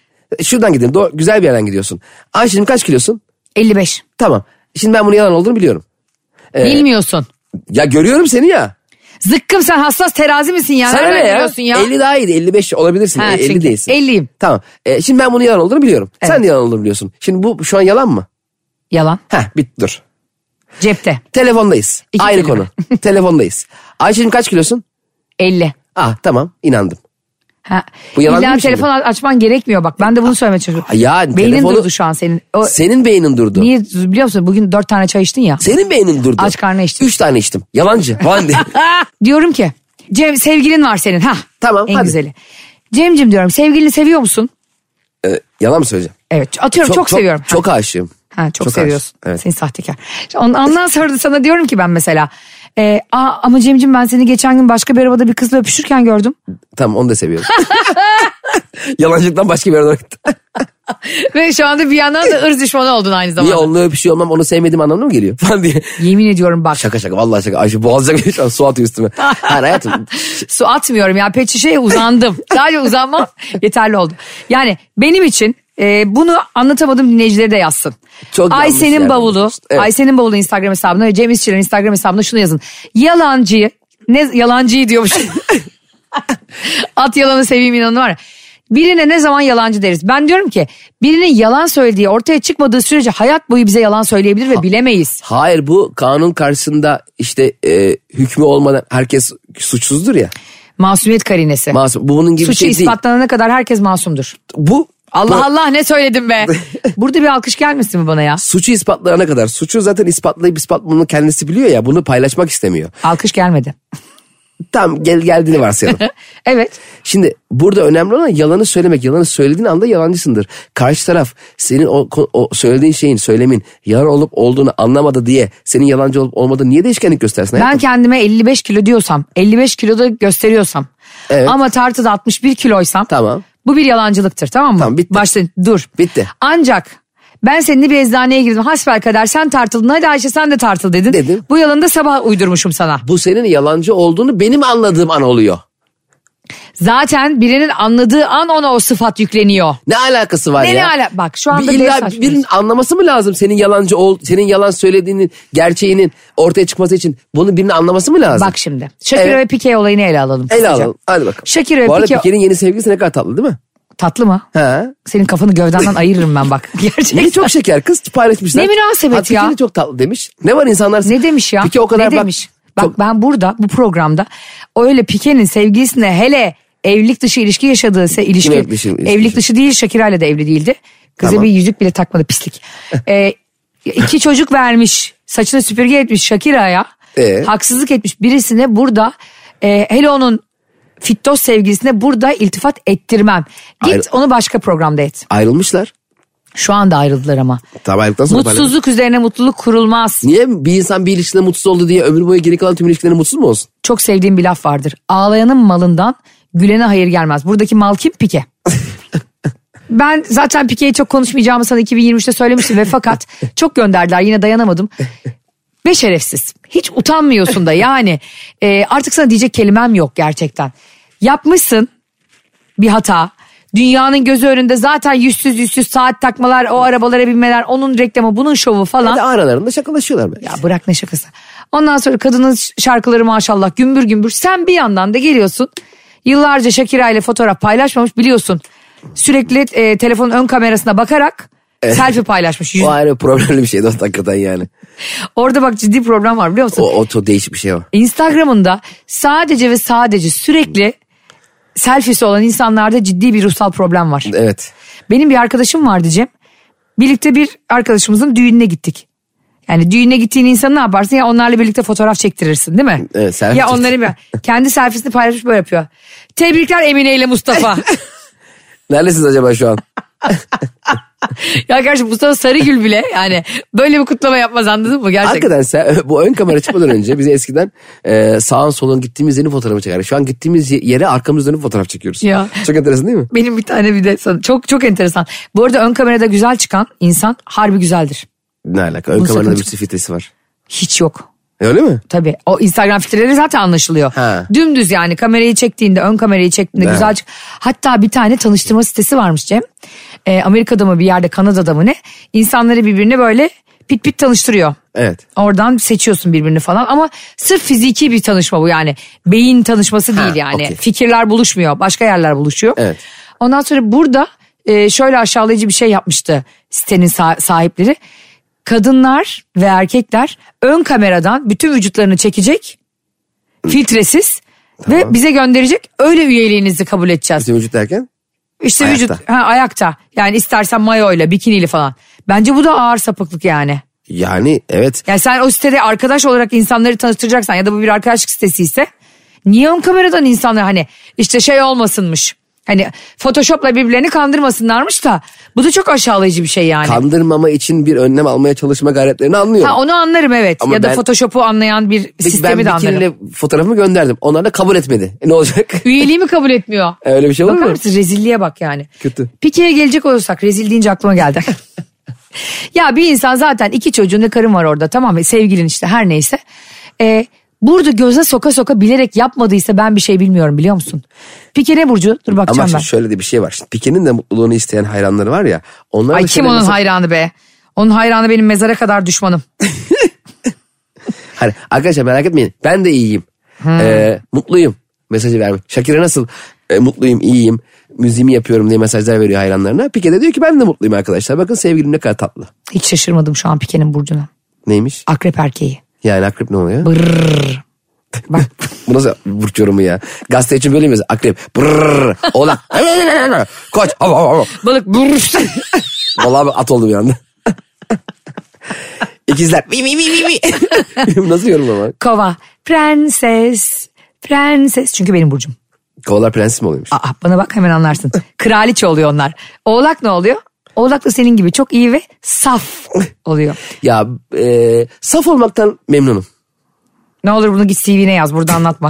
Speaker 3: şuradan gidelim. Doğru, güzel bir yerden gidiyorsun. Ayşe'cim kaç kilosun?
Speaker 2: 55.
Speaker 3: Tamam. Şimdi ben bunun yalan olduğunu biliyorum.
Speaker 2: Bilmiyorsun.
Speaker 3: Ya görüyorum seni ya.
Speaker 2: Zıkkım sen hassas terazi misin ya?
Speaker 3: Sana
Speaker 2: Nereden
Speaker 3: ne ya?
Speaker 2: biliyorsun ya?
Speaker 3: 50 daha iyi. 55 olabilirsin.
Speaker 2: Ha,
Speaker 3: E, 50
Speaker 2: çünkü
Speaker 3: değilsin.
Speaker 2: 50'yim.
Speaker 3: Tamam. E, şimdi ben bunun yalan olduğunu biliyorum. Sen
Speaker 2: Evet.
Speaker 3: de yalan olduğunu biliyorsun. Şimdi bu şu an yalan mı?
Speaker 2: Yalan.
Speaker 3: Heh bitti dur.
Speaker 2: Cepte.
Speaker 3: Telefondayız.
Speaker 2: İki
Speaker 3: Ayrı
Speaker 2: kelime.
Speaker 3: konu. Telefondayız. Ayşe'cim kaç kilosun?
Speaker 2: 50.
Speaker 3: Ah tamam inandım.
Speaker 2: Ha.
Speaker 3: Bu yalan değil
Speaker 2: İlla
Speaker 3: mi şimdi?
Speaker 2: telefon açman gerekmiyor bak. Ben de bunu söylemeye çalışıyorum.
Speaker 3: Ya
Speaker 2: Beynin
Speaker 3: telefonu-
Speaker 2: durdu şu an senin. O,
Speaker 3: Senin beynin durdu.
Speaker 2: niye biliyor musun? Bugün 4 tane çay içtin ya.
Speaker 3: Senin beynin durdu.
Speaker 2: Aç karnına içtim.
Speaker 3: Üç tane içtim. Yalancı. Falan diye.
Speaker 2: Ah, Diyorum ki Cem sevgilin var senin. Ha.
Speaker 3: Tamam,
Speaker 2: En
Speaker 3: hadi.
Speaker 2: güzeli. Cemcim diyorum sevgilini seviyor musun?
Speaker 3: Ee, yalan mı söyleyeceğim?
Speaker 2: Evet atıyorum çok, seviyorum.
Speaker 3: Çok aşığım.
Speaker 2: Ha, çok,
Speaker 3: aşığım.
Speaker 2: seviyorsun.
Speaker 3: Evet.
Speaker 2: Seni sahtekar. İşte on- Ondan sonra da sana diyorum ki ben mesela. E, Aa, ama Cem'cim ben seni geçen gün başka bir arabada bir kızla öpüşürken gördüm.
Speaker 3: Tamam onu da seviyorum. Yalancılıktan başka bir yerden gitti.
Speaker 2: Ve şu anda bir yandan da ırz düşmanı oldun aynı
Speaker 3: Niye
Speaker 2: zamanda.
Speaker 3: onunla öpüşüyor olmam onu sevmediğim anlamına mı geliyor? Falan diye.
Speaker 2: Yemin ediyorum bak.
Speaker 3: Şaka şaka vallahi şaka. Ayşe boğazacak bir şu an su atıyor üstüme. Hayır hayatım.
Speaker 2: Su atmıyorum ya pet şişeye uzandım. Sadece uzanmam yeterli oldu. Yani benim için e, bunu anlatamadığım dinleyicileri de yazsın.
Speaker 3: Çok yanlış
Speaker 2: Ayşe'nin
Speaker 3: yerden
Speaker 2: bavulu,
Speaker 3: bakıyorsun. Evet.
Speaker 2: Ayşe'nin bavulu Instagram hesabına ve Cem İşçilerin Instagram hesabına şunu yazın. Yalancıyı, ne yalancıyı diyormuş. At yalanı seveyim inanı var ya. Birine ne zaman yalancı deriz? Ben diyorum ki birinin yalan söylediği ortaya çıkmadığı sürece hayat boyu bize yalan söyleyebilir ve bilemeyiz.
Speaker 3: Hayır bu kanun karşısında işte e, hükmü olmadan herkes suçsuzdur ya.
Speaker 2: Masumiyet karinesi.
Speaker 3: Masum. Bu bunun gibi bir
Speaker 2: Suçu
Speaker 3: şey değil.
Speaker 2: ispatlanana kadar herkes masumdur.
Speaker 3: Bu
Speaker 2: Allah Allah ne söyledim be. Burada bir alkış gelmesin mi bana ya?
Speaker 3: Suçu ispatlayana kadar. Suçu zaten ispatlayıp ispatlamanın kendisi biliyor ya bunu paylaşmak istemiyor.
Speaker 2: Alkış gelmedi.
Speaker 3: Tam gel geldiğini varsayalım.
Speaker 2: Evet.
Speaker 3: Şimdi burada önemli olan yalanı söylemek. Yalanı söylediğin anda yalancısındır. Karşı taraf senin o, o söylediğin şeyin, söylemin yalan olup olduğunu anlamadı diye senin yalancı olup olmadığını niye değişkenlik göstersin?
Speaker 2: Ben
Speaker 3: hayatım?
Speaker 2: kendime 55 kilo diyorsam, 55 kiloda gösteriyorsam
Speaker 3: Evet.
Speaker 2: ama tartıda 61 kiloysam
Speaker 3: Tamam.
Speaker 2: bu bir yalancılıktır tamam mı?
Speaker 3: Tamam, bitti.
Speaker 2: Başla, dur.
Speaker 3: Bitti.
Speaker 2: Ancak ben seninle bir eczaneye girdim. Hasbelkader sen tartıldın hadi Ayşe sen de tartıl dedin.
Speaker 3: Dedim.
Speaker 2: Bu yalanı da sabah uydurmuşum sana.
Speaker 3: Bu senin yalancı olduğunu benim anladığım an oluyor.
Speaker 2: Zaten birinin anladığı an ona o sıfat yükleniyor.
Speaker 3: Ne alakası var
Speaker 2: Ne
Speaker 3: ya?
Speaker 2: ne ala- Bak şu anda
Speaker 3: bir
Speaker 2: beni
Speaker 3: illa
Speaker 2: saçmalıyorsun.
Speaker 3: birinin anlaması mı lazım senin yalancı ol, senin yalan söylediğinin gerçeğinin ortaya çıkması için bunu birinin anlaması mı lazım?
Speaker 2: Bak şimdi. Shakira
Speaker 3: Evet.
Speaker 2: ve Pique olayını ele alalım.
Speaker 3: Ele
Speaker 2: kısaca.
Speaker 3: alalım. Hadi bakalım.
Speaker 2: Shakira ve
Speaker 3: Bu arada
Speaker 2: Pique-
Speaker 3: Pique'nin yeni sevgilisi ne kadar tatlı değil mi?
Speaker 2: Tatlı mı?
Speaker 3: He.
Speaker 2: Senin kafanı gövdenden ayırırım ben bak. Gerçekten.
Speaker 3: Niye çok şeker kız paylaşmışlar.
Speaker 2: Ne münasebet
Speaker 3: Hatta
Speaker 2: ya.
Speaker 3: Pique de çok tatlı demiş. Ne var insanlar?
Speaker 2: Ne demiş ya?
Speaker 3: Pique o kadar
Speaker 2: ne
Speaker 3: bak-
Speaker 2: demiş? Bak
Speaker 3: çok-
Speaker 2: ben burada bu programda öyle Pike'nin sevgilisine hele evlilik dışı ilişki yaşadığı se ilişki
Speaker 3: evlilik dışı ilişki
Speaker 2: evlilik
Speaker 3: yaşadı?
Speaker 2: dışı değil Şakira ile de evli değildi. Kıza
Speaker 3: şey. Tamam.
Speaker 2: bir yüzük bile takmadı pislik. ee, iki çocuk vermiş. Saçını süpürge etmiş Shakira'ya.
Speaker 3: Ee?
Speaker 2: Haksızlık etmiş birisine burada e, hele onun Fittos sevgilisine burada iltifat ettirmem. Git
Speaker 3: Ayrı-
Speaker 2: onu başka programda et.
Speaker 3: Ayrılmışlar.
Speaker 2: Şu anda ayrıldılar ama.
Speaker 3: Tamam ayrıldıktan sonra paylaşmış.
Speaker 2: Mutsuzluk üzerine mutluluk kurulmaz.
Speaker 3: Niye bir insan bir ilişkide mutsuz oldu diye ömür boyu geri kalan tüm ilişkilerinde mutsuz mu olsun?
Speaker 2: çok sevdiğim bir laf vardır. Ağlayanın malından gülene hayır gelmez. Buradaki mal kim? Pike. Ben zaten Pike'yi çok konuşmayacağımı sana 2023'te söylemiştim ve fakat çok gönderdiler yine dayanamadım. Ve şerefsiz. Hiç utanmıyorsun da yani. Ee, artık sana diyecek kelimem yok gerçekten. Yapmışsın bir hata. Dünyanın gözü önünde zaten yüzsüz yüzsüz saat takmalar, o arabalara binmeler, onun reklamı, bunun şovu falan.
Speaker 3: Bir de aralarında şakalaşıyorlar belki.
Speaker 2: Ya bırak ne şakası. Ondan sonra kadının ş- şarkıları maşallah gümbür gümbür. Sen bir yandan da geliyorsun. Yıllarca Shakira ile fotoğraf paylaşmamış biliyorsun. Sürekli e, telefonun ön kamerasına bakarak selfie paylaşmış. Yüz-
Speaker 3: O ayrı problemli bir şeydi o hakikaten yani.
Speaker 2: Orada bak ciddi problem var biliyor musun?
Speaker 3: O, o çok değişik bir şey o.
Speaker 2: Instagram'ında sadece ve sadece sürekli selfiesi olan insanlarda ciddi bir ruhsal problem var.
Speaker 3: Evet.
Speaker 2: Benim bir arkadaşım vardı Cem. Birlikte bir arkadaşımızın düğününe gittik. Yani düğüne gittiğin insanı ne yaparsın? Ya onlarla birlikte fotoğraf çektirirsin değil mi?
Speaker 3: Evet, selfie
Speaker 2: Ya
Speaker 3: çektir-
Speaker 2: onları bir- kendi selfiesini paylaşmış böyle yapıyor. Tebrikler Emine ile Mustafa.
Speaker 3: Neredesiniz acaba şu an?
Speaker 2: ya gerçi Mustafa Sarıgül bile yani böyle bir kutlama yapmaz anladın mı? Gerçekten.
Speaker 3: Hakikaten sen bu ön kamera çıkmadan önce biz eskiden e, sağın solun gittiğimiz yerin fotoğrafı çekerdik. Şu an gittiğimiz ye- yere arkamız dönüp fotoğraf çekiyoruz.
Speaker 2: Ya.
Speaker 3: Çok enteresan değil mi?
Speaker 2: Benim bir tane bir de sana- çok çok enteresan. Bu arada ön kamerada güzel çıkan insan harbi güzeldir.
Speaker 3: Ne alaka? Ön
Speaker 2: Bunu
Speaker 3: kameranın
Speaker 2: sakın
Speaker 3: bir filtresi var. E,
Speaker 2: Hiç yok.
Speaker 3: Öyle mi?
Speaker 2: Tabii o Instagram filtreleri zaten anlaşılıyor.
Speaker 3: Ha.
Speaker 2: Dümdüz yani kamerayı çektiğinde ön kamerayı çektiğinde
Speaker 3: Evet.
Speaker 2: güzel çık. Hatta bir tane tanıştırma sitesi varmış Cem. Ee, Amerika'da mı bir yerde Kanada'da mı ne? İnsanları birbirine böyle pit pit tanıştırıyor.
Speaker 3: Evet.
Speaker 2: Oradan seçiyorsun birbirini falan ama sırf fiziki bir tanışma bu yani. Beyin tanışması değil yani.
Speaker 3: okey.
Speaker 2: Fikirler buluşmuyor başka yerler buluşuyor.
Speaker 3: Evet.
Speaker 2: Ondan sonra burada e, şöyle aşağılayıcı bir şey yapmıştı sitenin sa- sahipleri. Kadınlar ve erkekler ön kameradan bütün vücutlarını çekecek filtresiz ve bize gönderecek öyle üyeliğinizi kabul edeceğiz.
Speaker 3: Bütün vücut derken?
Speaker 2: İşte
Speaker 3: Ayakta.
Speaker 2: vücut ha, ayakta yani istersen mayoyla bikiniyle falan. Bence bu da ağır sapıklık yani.
Speaker 3: Yani evet.
Speaker 2: Yani sen o sitede arkadaş olarak insanları tanıştıracaksan ya da bu bir arkadaşlık sitesi ise niye ön kameradan insanlar hani işte şey olmasınmış. Hani Photoshop'la birbirlerini kandırmasınlarmış da bu da çok aşağılayıcı bir şey yani.
Speaker 3: Kandırmama için bir önlem almaya çalışma gayretlerini anlıyorum.
Speaker 2: ha, onu anlarım evet
Speaker 3: Ama
Speaker 2: ya da
Speaker 3: ben-
Speaker 2: Photoshop'u anlayan bir
Speaker 3: Peki ben
Speaker 2: sistemi de anlarım.
Speaker 3: bikiniyle fotoğrafımı gönderdim. Onlar da kabul etmedi. E ne olacak?
Speaker 2: Üyeliğimi kabul etmiyor.
Speaker 3: Öyle bir şey olur
Speaker 2: Bakar
Speaker 3: mu?
Speaker 2: mısın rezilliğe bak yani.
Speaker 3: Kötü.
Speaker 2: Pike'ye gelecek olursak rezil deyince aklıma geldi. ya bir insan zaten iki çocuğun ve karın var orada tamam mı? Sevgilin işte her neyse. Ee, burada göze soka soka bilerek yapmadıysa ben bir şey bilmiyorum biliyor musun? Pike ne Burcu? Dur
Speaker 3: Ama
Speaker 2: bakacağım
Speaker 3: şimdi
Speaker 2: ben.
Speaker 3: şöyle de bir şey var. Şimdi Pike'nin de mutluluğunu isteyen hayranları var ya. Onlar
Speaker 2: Ay
Speaker 3: da
Speaker 2: kim
Speaker 3: şöyle
Speaker 2: onun
Speaker 3: mesela-
Speaker 2: hayranı be? Onun hayranı benim mezara kadar düşmanım.
Speaker 3: Hani arkadaşlar merak etmeyin ben de iyiyim. Ee, mutluyum mesajı vermiş. Şakir'e nasıl e, mutluyum iyiyim müziğimi yapıyorum diye mesajlar veriyor hayranlarına. Pike de diyor ki ben de mutluyum arkadaşlar. Bakın sevgilim ne kadar tatlı.
Speaker 2: Hiç şaşırmadım şu an Pike'nin Burcu'na.
Speaker 3: Neymiş?
Speaker 2: Akrep erkeği.
Speaker 3: Yani akrep ne oluyor?
Speaker 2: Brrr. Bak
Speaker 3: Bu nasıl burç yorumu ya? Gazete için böyle miyiz? Akrep. Brrr. Oğlak. Koç. Hav, hav, hav.
Speaker 2: Balık brrş.
Speaker 3: Vallahi ben at oldum bir anda. İkizler. Mi, mi, mi, mi, mi. nasıl yorum ama?
Speaker 2: Kova. Prenses. Prenses. Çünkü benim burcum.
Speaker 3: Kovalar prenses mi oluyormuş?
Speaker 2: Aa, bana bak hemen anlarsın. Kraliçe oluyor onlar. Oğlak ne oluyor? Oğlak da senin gibi çok iyi ve saf oluyor.
Speaker 3: Ya e, saf olmaktan memnunum.
Speaker 2: Ne olur bunu git CV'ne yaz burada anlatma.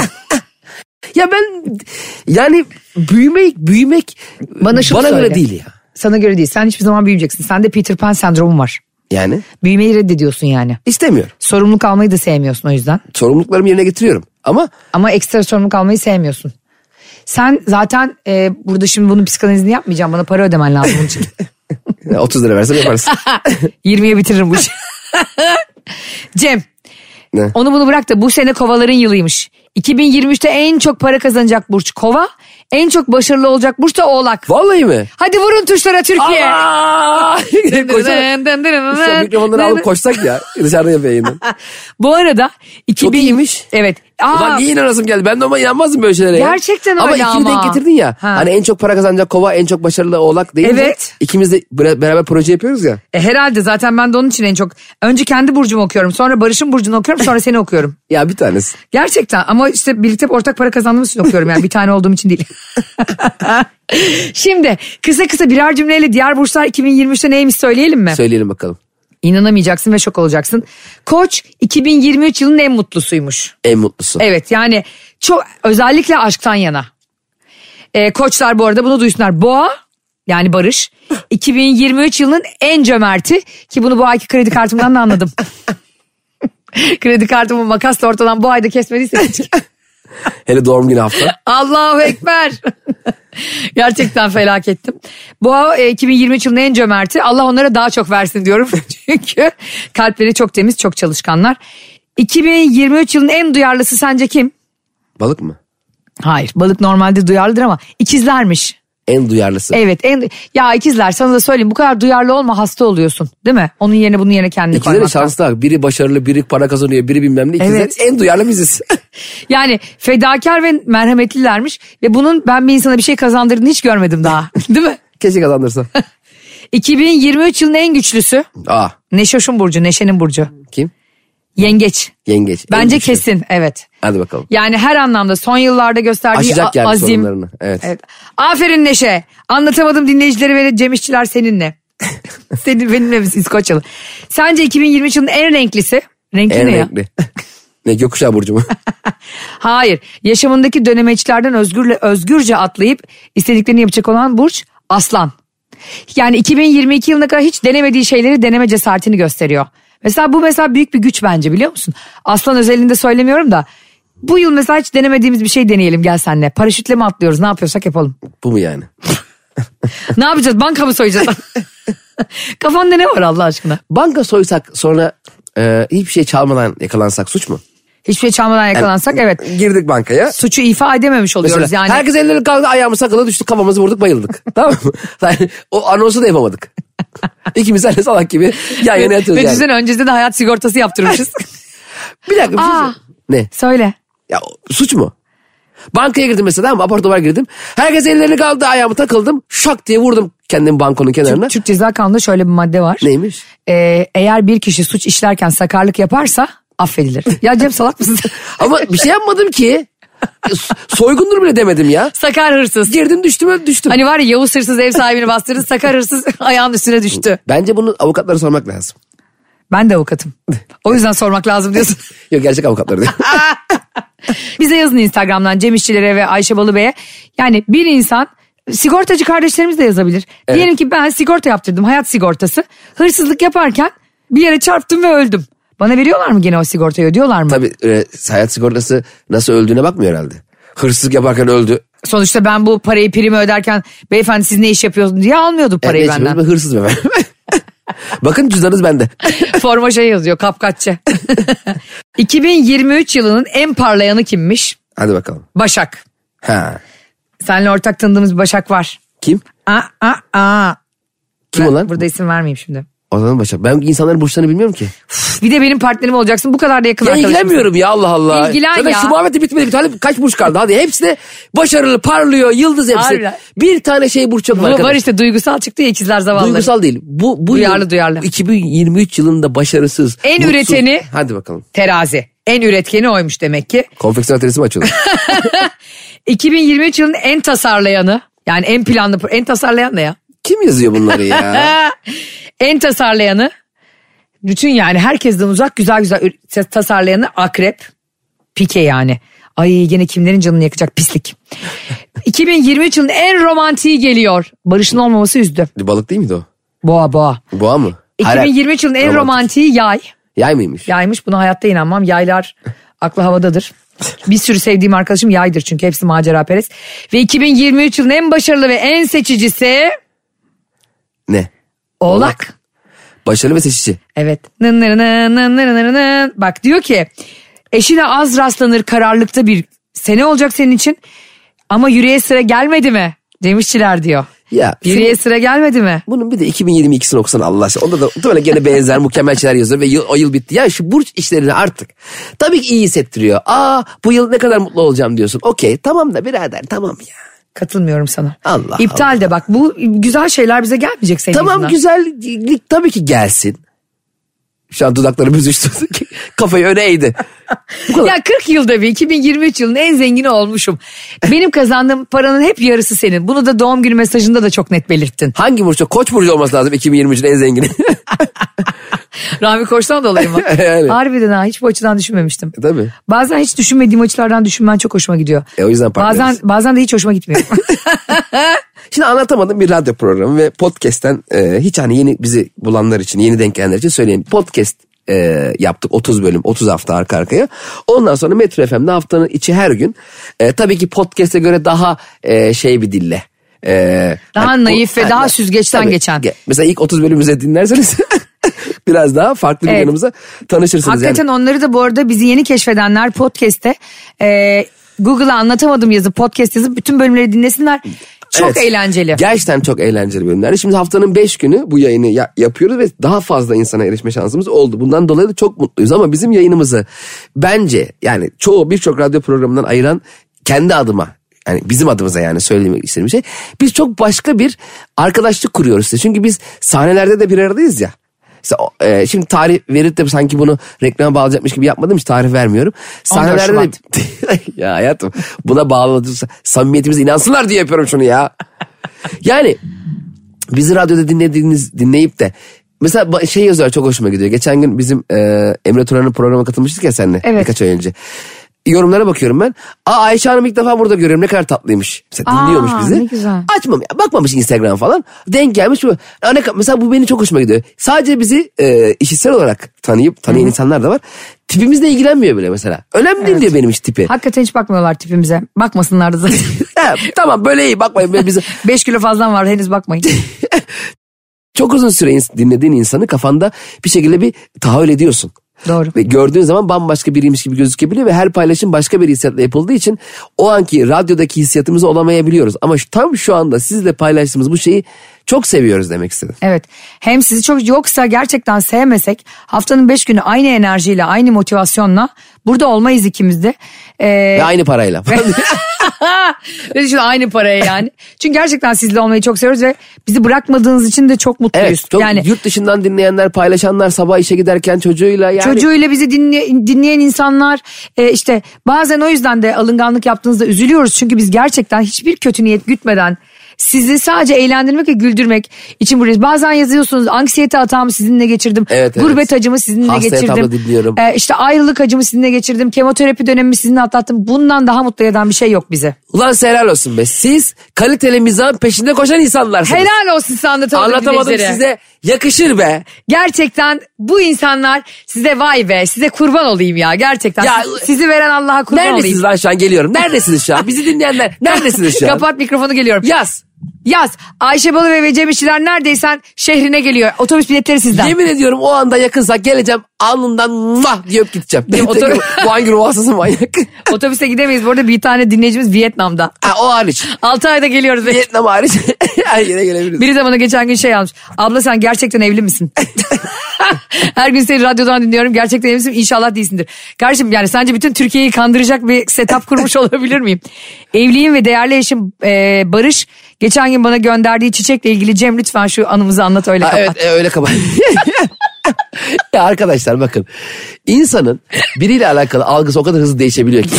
Speaker 3: Ya ben yani büyümek büyümek
Speaker 2: Bana şunu söyle.
Speaker 3: göre değil ya.
Speaker 2: Sana göre değil. Sen hiçbir zaman büyüyeceksin. Sende Peter Pan sendromu var.
Speaker 3: Yani
Speaker 2: Büyümeyi reddediyorsun yani.
Speaker 3: istemiyorum.
Speaker 2: Sorumluluk almayı da sevmiyorsun o yüzden.
Speaker 3: Sorumluluklarımı yerine getiriyorum. Ama
Speaker 2: Ama ekstra sorumluluk almayı sevmiyorsun. Sen zaten e, burada şimdi bunun psikanalizini yapmayacağım. Bana para ödemen lazım bunun için.
Speaker 3: ya 30 lira versem yaparız.
Speaker 2: 20'ye bitiririm bu işi. Cem.
Speaker 3: Ne?
Speaker 2: Onu bunu bırak da bu sene kovaların yılıymış. 2023'te en çok para kazanacak burç kova. En çok başarılı olacak burç da oğlak.
Speaker 3: Vallahi mi?
Speaker 2: Hadi vurun tuşlara Türkiye.
Speaker 3: Aa! Koşarak- Şu mikrofonları alıp koşsak ya dışarıda yap yayını.
Speaker 2: Bu arada 2000...
Speaker 3: iyiymiş.
Speaker 2: Evet. Aa,
Speaker 3: Ulan niye inanasım geldi? Ben de ama inanmazdım böyle şeylere. ya.
Speaker 2: Gerçekten öyle
Speaker 3: Ama
Speaker 2: ama.
Speaker 3: ikili denk getirdin ya.
Speaker 2: Ha.
Speaker 3: Hani en çok para kazanacak kova en çok başarılı oğlak değil mi?
Speaker 2: Evet.
Speaker 3: İkimiz de bre- beraber proje yapıyoruz ya.
Speaker 2: e, herhalde zaten ben de onun için en çok önce kendi burcumu okuyorum sonra Barış'ın burcunu okuyorum sonra seni okuyorum.
Speaker 3: Ya bir tanesi.
Speaker 2: Gerçekten ama işte birlikte ortak para kazandığımız için okuyorum yani bir tane olduğum için değil. Şimdi kısa kısa birer cümleyle diğer burçlar 2023'te neymiş söyleyelim mi?
Speaker 3: Söyleyelim bakalım.
Speaker 2: İnanamayacaksın ve şok olacaksın. Koç 2023 yılının en mutlusuymuş.
Speaker 3: En mutlusu.
Speaker 2: Evet yani çok özellikle aşktan yana. Ee, koçlar bu arada bunu duysunlar. Boğa yani Barış 2023 yılının en cömerti ki bunu bu ayki kredi kartımdan da anladım. kredi kartımı makasla ortadan bu ayda kesmediyse hiç.
Speaker 3: Hele doğum günü hafta.
Speaker 2: Allahu Ekber. Gerçekten felakettim. Boğa e, 2023 yılının en cömerti. Allah onlara daha çok versin diyorum. Çünkü kalpleri çok temiz, çok çalışkanlar. 2023 yılının en duyarlısı sence kim?
Speaker 3: Balık mı?
Speaker 2: Hayır balık normalde duyarlıdır ama ikizlermiş.
Speaker 3: En duyarlısı.
Speaker 2: Evet en ya ikizler sana da söyleyeyim bu kadar duyarlı olma hasta oluyorsun değil mi? Onun yerine bunun yerine kendini
Speaker 3: İkizler de
Speaker 2: koymaktan.
Speaker 3: şanslı. abi. Biri başarılı, biri para kazanıyor, biri bilmem ne. İkizler
Speaker 2: Evet.
Speaker 3: en duyarlı biziz.
Speaker 2: Yani fedakar ve merhametlilermiş ve bunun ben bir insana bir şey kazandırdığını hiç görmedim daha değil mi?
Speaker 3: Keşke kazanırsa.
Speaker 2: 2023 yılının en güçlüsü
Speaker 3: Aa
Speaker 2: Neşe şun burcu, Neşe'nin burcu.
Speaker 3: kim?
Speaker 2: Yengeç.
Speaker 3: Yengeç. En
Speaker 2: Bence
Speaker 3: güçlü.
Speaker 2: kesin evet.
Speaker 3: Hadi bakalım.
Speaker 2: Yani her anlamda son yıllarda gösterdiği
Speaker 3: Aşacak
Speaker 2: a-
Speaker 3: yani
Speaker 2: azim.
Speaker 3: sorunlarını. Evet.
Speaker 2: Evet. Aferin Neşe. Anlatamadım dinleyicileri ve Cem İşçiler seninle. Senin benimle biz İskoçyalı. Sence 2023 yılının en renklisi? Renkli
Speaker 3: En
Speaker 2: ne ya?
Speaker 3: renkli. ne gökkuşağı burcu mu?
Speaker 2: Hayır. Yaşamındaki dönemeçlerden özgürle, özgürce atlayıp istediklerini yapacak olan Burç Aslan. Yani 2022 yılına kadar hiç denemediği şeyleri deneme cesaretini gösteriyor. Mesela bu mesela büyük bir güç bence biliyor musun? Aslan özelinde söylemiyorum da bu yıl mesela hiç denemediğimiz bir şey deneyelim gel senle. Paraşütle mi atlıyoruz ne yapıyorsak yapalım.
Speaker 3: Bu mu yani?
Speaker 2: ne yapacağız banka mı soyacağız? Kafanda ne var Allah aşkına?
Speaker 3: Banka soysak sonra e, hiçbir şey çalmadan yakalansak suç mu?
Speaker 2: Hiçbir şey çalmadan yakalansak evet.
Speaker 3: Girdik bankaya.
Speaker 2: Suçu ifa edememiş oluyoruz
Speaker 3: Mesela
Speaker 2: yani.
Speaker 3: herkes elleri kalktı ayağımız sakala düştü kafamızı vurduk bayıldık. tamam mı? Yani o anonsu da yapamadık. İkimiz de salak gibi yan yana
Speaker 2: Ve
Speaker 3: yatıyoruz yani.
Speaker 2: düşünsene öncesinde de hayat sigortası yaptırmışız.
Speaker 3: Bir dakika bir şey
Speaker 2: Aa.
Speaker 3: söyleyeyim. Ne?
Speaker 2: Söyle.
Speaker 3: Ya o- suç mu? Bankaya girdim mesela tamam mı? Apartmana girdim. Herkes ellerini kaldı ayağımı takıldım. Şak diye vurdum kendimi bankonun kenarına.
Speaker 2: Türk Ceza Kanunu'nda şöyle bir madde var.
Speaker 3: Neymiş?
Speaker 2: Ee, eğer bir kişi suç işlerken sakarlık yaparsa affedilir. Ya Cem salak mısın?
Speaker 3: Ama bir şey yapmadım ki. So- Soygundur bile demedim ya.
Speaker 2: sakar hırsız.
Speaker 3: Girdim düştüm öyle düştüm.
Speaker 2: Hani var ya Yavuz hırsız ev sahibini bastırdı sakar hırsız ayağının üstüne düştü.
Speaker 3: Bence bunu avukatlara sormak lazım.
Speaker 2: Ben de avukatım. O yüzden sormak lazım diyorsun.
Speaker 3: Yok gerçek avukatlara değil.
Speaker 2: Bize yazın Instagram'dan Cem İşçilere ve Ayşe Balıbey'e. Yani bir insan sigortacı kardeşlerimiz de yazabilir. Diyelim ki ben sigorta yaptırdım hayat sigortası. Hırsızlık yaparken bir yere çarptım ve öldüm. Bana veriyorlar mı gene o sigortayı ödüyorlar mı?
Speaker 3: Tabii e, hayat sigortası nasıl öldüğüne bakmıyor herhalde. Hırsızlık yaparken öldü.
Speaker 2: Sonuçta ben bu parayı primi öderken beyefendi siz ne iş yapıyorsunuz diye almıyordu parayı
Speaker 3: Evet,
Speaker 2: benden.
Speaker 3: ben hırsız mı ben? Bakın cüzdanınız bende.
Speaker 2: Forma şey yazıyor kapkaççı. 2023 yılının en parlayanı kimmiş?
Speaker 3: Hadi bakalım.
Speaker 2: Başak.
Speaker 3: Ha.
Speaker 2: Seninle ortak tanıdığımız bir Başak var.
Speaker 3: Kim?
Speaker 2: Aa, aa, aa.
Speaker 3: Kim
Speaker 2: Ben
Speaker 3: olan?
Speaker 2: Burada isim vermeyeyim şimdi.
Speaker 3: Ozan Başak. Ben insanların burçlarını bilmiyorum ki.
Speaker 2: Üf, Bir de benim partnerim olacaksın bu kadar da yakın
Speaker 3: Ya
Speaker 2: arkadaşım.
Speaker 3: ilgilenmiyorum ya Allah Allah.
Speaker 2: İlgilen
Speaker 3: Zaten
Speaker 2: ya.
Speaker 3: şu muhabbeti bitmedi. Bir tane kaç burç kaldı. Hadi hepsi de başarılı, parlıyor, yıldız hepsi.
Speaker 2: Harbiden.
Speaker 3: Bir tane şey burç yok
Speaker 2: Bu
Speaker 3: arkadaş.
Speaker 2: var işte duygusal çıktı ya ikizler zavallı.
Speaker 3: Duygusal değil. Bu, bu
Speaker 2: Duyarlı,
Speaker 3: yıl,
Speaker 2: duyarlı.
Speaker 3: 2023 yılında başarısız.
Speaker 2: En üreteni-
Speaker 3: Hadi bakalım.
Speaker 2: Terazi. En üretkeni oymuş demek ki.
Speaker 3: Konfeksiyon atölyesi mi açıyorlar?
Speaker 2: 2023 yılının en tasarlayanı. Yani en planlı, en tasarlayan ne ya?
Speaker 3: Kim yazıyor bunları ya?
Speaker 2: Ha, en tasarlayanı. Bütün yani herkesten uzak güzel güzel ür- tasarlayanı akrep. Pike yani. Ay gene kimlerin canını yakacak pislik. 2023 yılının en romantiği geliyor. Barış'ın olmaması üzdü.
Speaker 3: Balık değil miydi o?
Speaker 2: Boğa boğa.
Speaker 3: Boğa mı? Hayır,
Speaker 2: 2023 yılının en
Speaker 3: romantik.
Speaker 2: romantiği yay.
Speaker 3: Yay mıymış?
Speaker 2: Yaymış buna hayatta inanmam. Yaylar aklı havadadır. Bir sürü sevdiğim arkadaşım yaydır çünkü hepsi macera perest. Ve 2023 yılının en başarılı ve en seçicisi
Speaker 3: Ne?
Speaker 2: Oğlak.
Speaker 3: Başarılı ve seçici.
Speaker 2: Evet. Nın nın nın nın nın nın nın. Bak diyor ki eşine az rastlanır kararlılıkta bir sene olacak senin için ama yüreğe sıra gelmedi mi? Demişçiler diyor.
Speaker 3: Ya
Speaker 2: Yüreğe sıra gelmedi mi?
Speaker 3: Bunun bir de 2022'sini okusana Allah aşkına. Onda da böyle gene benzer mükemmel şeyler yazıyor ve yıl, o yıl bitti. Ya şu burç işlerini artık tabii ki iyi hissettiriyor. Aa bu yıl ne kadar mutlu olacağım diyorsun. Okey tamam da birader tamam ya.
Speaker 2: Katılmıyorum sana.
Speaker 3: Allah
Speaker 2: İptal de bak bu güzel şeyler bize gelmeyecek senin
Speaker 3: Tamam
Speaker 2: yüzünden.
Speaker 3: güzellik tabii ki gelsin. Şu an dudakları büzüştü. Kafayı öne eğdi. Bu kadar.
Speaker 2: Ya 40 yılda bir 2023 yılının en zengini olmuşum. Benim kazandığım paranın hep yarısı senin. Bunu da doğum günü mesajında da çok net belirttin.
Speaker 3: Hangi burçta? Koç burcu olması lazım 2023'ün en zengini.
Speaker 2: Rami Koç'tan dolayı mı?
Speaker 3: Yani.
Speaker 2: Harbiden ha hiç bu açıdan düşünmemiştim.
Speaker 3: Tabii.
Speaker 2: Bazen hiç düşünmediğim açılardan düşünmen çok hoşuma gidiyor.
Speaker 3: E, o yüzden partneriz.
Speaker 2: Bazen bazen de hiç hoşuma gitmiyor.
Speaker 3: Şimdi anlatamadım bir radyo programı ve podcast'ten e, hiç hani yeni bizi bulanlar için, yeni denk gelenler için söyleyeyim. Podcast e, yaptık 30 bölüm, 30 hafta arka arkaya. Ondan sonra Metro FM'de haftanın içi her gün. E, tabii ki podcast'e göre daha e, şey bir dille. E,
Speaker 2: Daha
Speaker 3: hani bu-
Speaker 2: naif ve daha süzgeçten geçen.
Speaker 3: ge- Mesela ilk 30 bölümümüzü dinlerseniz biraz daha farklı bir
Speaker 2: Evet.
Speaker 3: yanımıza tanışırsınız.
Speaker 2: Hakikaten
Speaker 3: yani.
Speaker 2: onları da bu arada bizi yeni keşfedenler podcast'te e, Google'a anlatamadım yazıp podcast yazıp bütün bölümleri dinlesinler. Çok
Speaker 3: Evet.
Speaker 2: eğlenceli.
Speaker 3: Gerçekten çok eğlenceli bölümler. Şimdi haftanın 5 günü bu yayını ya- yapıyoruz ve daha fazla insana erişme şansımız oldu. Bundan dolayı da çok mutluyuz ama bizim yayınımızı bence yani çoğu birçok radyo programından ayıran kendi adıma yani bizim adımıza yani söylemek istediğim şey biz çok başka bir arkadaşlık kuruyoruz size. Çünkü biz sahnelerde de bir aradayız ya. İşte o- e, şimdi tarih verip de sanki bunu reklama bağlayacakmış gibi yapmadım hiç tarih vermiyorum.
Speaker 2: 14
Speaker 3: Sahnelerde de
Speaker 2: Şubat.
Speaker 3: ya hayatım buna bağlı samimiyetimize inansınlar diye yapıyorum şunu ya. Yani bizi radyoda dinlediğiniz dinleyip de mesela ba- şey yazıyor çok hoşuma gidiyor. Geçen gün bizim e, Emre Turan'ın programa katılmıştık ya seninle
Speaker 2: Evet.
Speaker 3: birkaç ay önce. Yorumlara bakıyorum ben. Aa Ayşe Hanım ilk defa burada görüyorum ne kadar tatlıymış. Mesela
Speaker 2: Aa,
Speaker 3: dinliyormuş bizi.
Speaker 2: ne güzel.
Speaker 3: Açmam, bakmamış Instagram falan. Denk gelmiş. bu. Aa, ne ka- Mesela bu beni çok hoşuma gidiyor. Sadece bizi e, işitsel olarak tanıyıp tanıyan insanlar da var. Tipimizle ilgilenmiyor bile mesela. Önemli değil diyor benim iş tipi.
Speaker 2: Hakikaten hiç bakmıyorlar tipimize. Bakmasınlar da zaten.
Speaker 3: Ha, tamam böyle iyi bakmayın. Böyle bizi
Speaker 2: 5 kilo fazlan var henüz bakmayın.
Speaker 3: çok uzun süre ins- dinlediğin insanı kafanda bir şekilde bir tahayyül ediyorsun.
Speaker 2: Doğru.
Speaker 3: Ve gördüğün zaman bambaşka biriymiş gibi gözükebiliyor ve her paylaşım başka bir hissiyatla yapıldığı için o anki radyodaki hissiyatımızı olamayabiliyoruz. Ama şu, tam şu anda sizle paylaştığımız bu şeyi çok seviyoruz demek istedim.
Speaker 2: Evet. Hem sizi çok yoksa gerçekten sevmesek haftanın 5 günü aynı enerjiyle aynı motivasyonla burada olmayız ikimiz de. Ee,
Speaker 3: Ve aynı parayla.
Speaker 2: Ve şimdi aynı paraya yani. Çünkü gerçekten sizle olmayı çok seviyoruz ve bizi bırakmadığınız için de çok mutluyuz.
Speaker 3: evet. Çok
Speaker 2: yani
Speaker 3: Yurt dışından dinleyenler, paylaşanlar sabah işe giderken çocuğuyla yani.
Speaker 2: çocuğuyla bizi dinle- dinleyen insanlar e, işte bazen o yüzden de alınganlık yaptığınızda üzülüyoruz. Çünkü biz gerçekten hiçbir kötü niyet gütmeden sizi sadece eğlendirmek ve güldürmek için buradayız. Bazen yazıyorsunuz anksiyete atağımı sizinle geçirdim.
Speaker 3: Evet, evet.
Speaker 2: Gurbet acımı sizinle
Speaker 3: Hasta
Speaker 2: geçirdim.
Speaker 3: yatağımda dinliyorum.
Speaker 2: E, işte ayrılık acımı sizinle geçirdim. Kemoterapi dönemimi sizinle atlattım. Bundan daha mutlu eden bir şey yok bize.
Speaker 3: Ulan size helal olsun be. Siz kaliteli mizahın peşinde koşan insanlarsınız.
Speaker 2: Helal olsun size anlatamadım.
Speaker 3: Anlatamadım
Speaker 2: dinleyicilere.
Speaker 3: size. Yakışır be.
Speaker 2: Gerçekten bu insanlar size vay be size kurban olayım ya gerçekten.
Speaker 3: Ya-
Speaker 2: Siz- sizi veren Allah'a kurban
Speaker 3: Neredesiniz
Speaker 2: olayım.
Speaker 3: lan şu an geliyorum. Neredesiniz şu an? Bizi dinleyenler neredesiniz şu an?
Speaker 2: Kapat mikrofonu geliyorum.
Speaker 3: Yaz.
Speaker 2: Yaz. Ayşe Balı ve Cem İşçiler neredeysen şehrine geliyor. Otobüs biletleri sizden.
Speaker 3: Yemin ediyorum o anda yakınsa geleceğim alnından mah diye öp gideceğim. Benim
Speaker 2: otur-
Speaker 3: otur- bu hangi ruh hastası manyak?
Speaker 2: Otobüse gidemeyiz. Bu arada bir tane dinleyicimiz Vietnam'da.
Speaker 3: ha, o hariç.
Speaker 2: 6 ayda geliyoruz.
Speaker 3: Vietnam hariç her yere gelebiliriz.
Speaker 2: Biri de bana geçen gün şey almış. Abla sen gerçekten evli misin? Her gün seni radyodan dinliyorum. Gerçekten evli misin? İnşallah değilsindir. Kardeşim yani sence bütün Türkiye'yi kandıracak bir setup kurmuş olabilir miyim? Evliyim ve değerli eşim e, Barış geçen gün bana gönderdiği çiçekle ilgili Cem lütfen şu anımızı anlat öyle
Speaker 3: Ha,
Speaker 2: kapat.
Speaker 3: evet e, öyle kapat. ya arkadaşlar bakın insanın biriyle alakalı algısı o kadar hızlı değişebiliyor ki.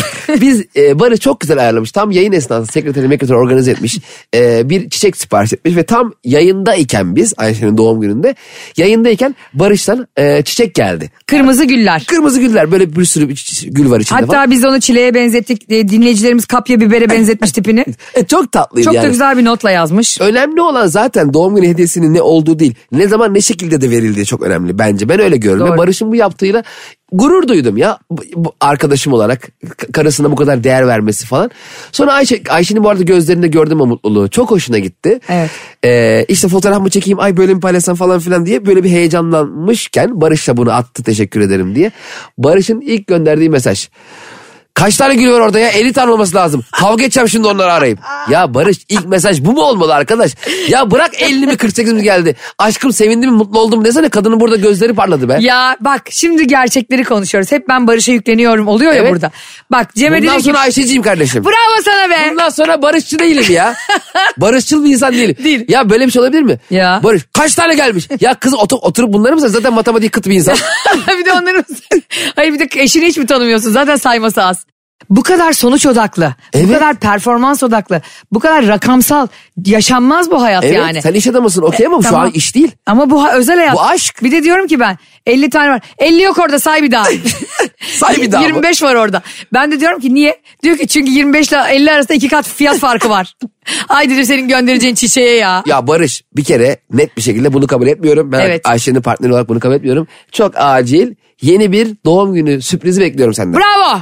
Speaker 3: Biz e, Barış çok güzel ayarlamış. Tam yayın esnasında sekreteri mekreteri organize etmiş. E, bir çiçek sipariş etmiş ve tam yayındayken biz Ayşe'nin doğum gününde yayındayken Barış'tan e, çiçek geldi.
Speaker 2: Kırmızı güller.
Speaker 3: Kırmızı güller böyle bir sürü gül var içinde falan.
Speaker 2: Hatta biz onu çileğe benzettik. E, Dinleyicilerimiz kapya bibere benzetmiş tipini.
Speaker 3: E, çok tatlıydı
Speaker 2: Çok
Speaker 3: yani.
Speaker 2: da güzel bir notla yazmış.
Speaker 3: Önemli olan zaten doğum günü hediyesinin ne olduğu değil. Ne zaman ne şekilde de verildiği çok önemli bence. Ben öyle görüyorum.
Speaker 2: Doğru.
Speaker 3: Ve Barış'ın bu yaptığıyla gurur duydum ya. Bu- bu arkadaşım olarak k- karısına bu kadar değer vermesi falan. Sonra Ayşe Ayşe'nin bu arada gözlerinde gördüm o mutluluğu. Çok hoşuna gitti.
Speaker 2: Evet.
Speaker 3: Ee, işte fotoğraf mı çekeyim ay böyle mi paylaşsam falan filan diye böyle bir heyecanlanmışken Barış da bunu attı teşekkür ederim diye. Barış'ın ilk gönderdiği mesaj. Kaç tane gülüyor orada ya? 50 tane olması lazım. Kavga edeceğim şimdi onları arayıp. Ya Barış ilk mesaj bu mu olmalı arkadaş? Ya bırak 50 mi 48 mi geldi? Aşkım sevindim mi mutlu oldum mu desene kadının burada gözleri parladı be.
Speaker 2: Ya bak şimdi gerçekleri konuşuyoruz. Hep ben Barış'a yükleniyorum oluyor ya
Speaker 3: Evet.
Speaker 2: burada. Bak Cem'e
Speaker 3: Bundan
Speaker 2: dedi ki
Speaker 3: sonra Ayşe'ciyim kardeşim.
Speaker 2: bravo sana be.
Speaker 3: Bundan sonra barışçı değilim ya. Barışçıl bir insan değilim.
Speaker 2: Değil.
Speaker 3: Ya böyle bir şey olabilir mi?
Speaker 2: Ya.
Speaker 3: Barış kaç tane gelmiş? Ya kız otur, oturup bunları mı sen? Zaten matematik kıt bir insan.
Speaker 2: bir de onların... Hayır bir de eşini hiç mi tanımıyorsun? Zaten sayması az. Bu kadar sonuç odaklı, bu
Speaker 3: Evet.
Speaker 2: kadar performans odaklı, bu kadar rakamsal yaşanmaz bu hayat
Speaker 3: Evet
Speaker 2: yani. E,
Speaker 3: sen iş adamısın okey ama şu
Speaker 2: Tamam.
Speaker 3: an iş değil.
Speaker 2: Ama bu ha- özel hayat.
Speaker 3: Bu aşk.
Speaker 2: Bir de diyorum ki ben 50 tane var. 50 yok orada say bir daha.
Speaker 3: Say bir daha mı?
Speaker 2: 25 var orada. Ben de diyorum ki niye? Diyor ki çünkü 25 ile 50 arasında iki kat fiyat farkı var. Ay dedim senin göndereceğin çiçeğe ya.
Speaker 3: Ya Barış bir kere net bir şekilde bunu kabul etmiyorum. Ben
Speaker 2: Evet.
Speaker 3: Ayşe'nin partneri olarak bunu kabul etmiyorum. Çok acil yeni bir doğum günü sürprizi bekliyorum senden.
Speaker 2: Bravo.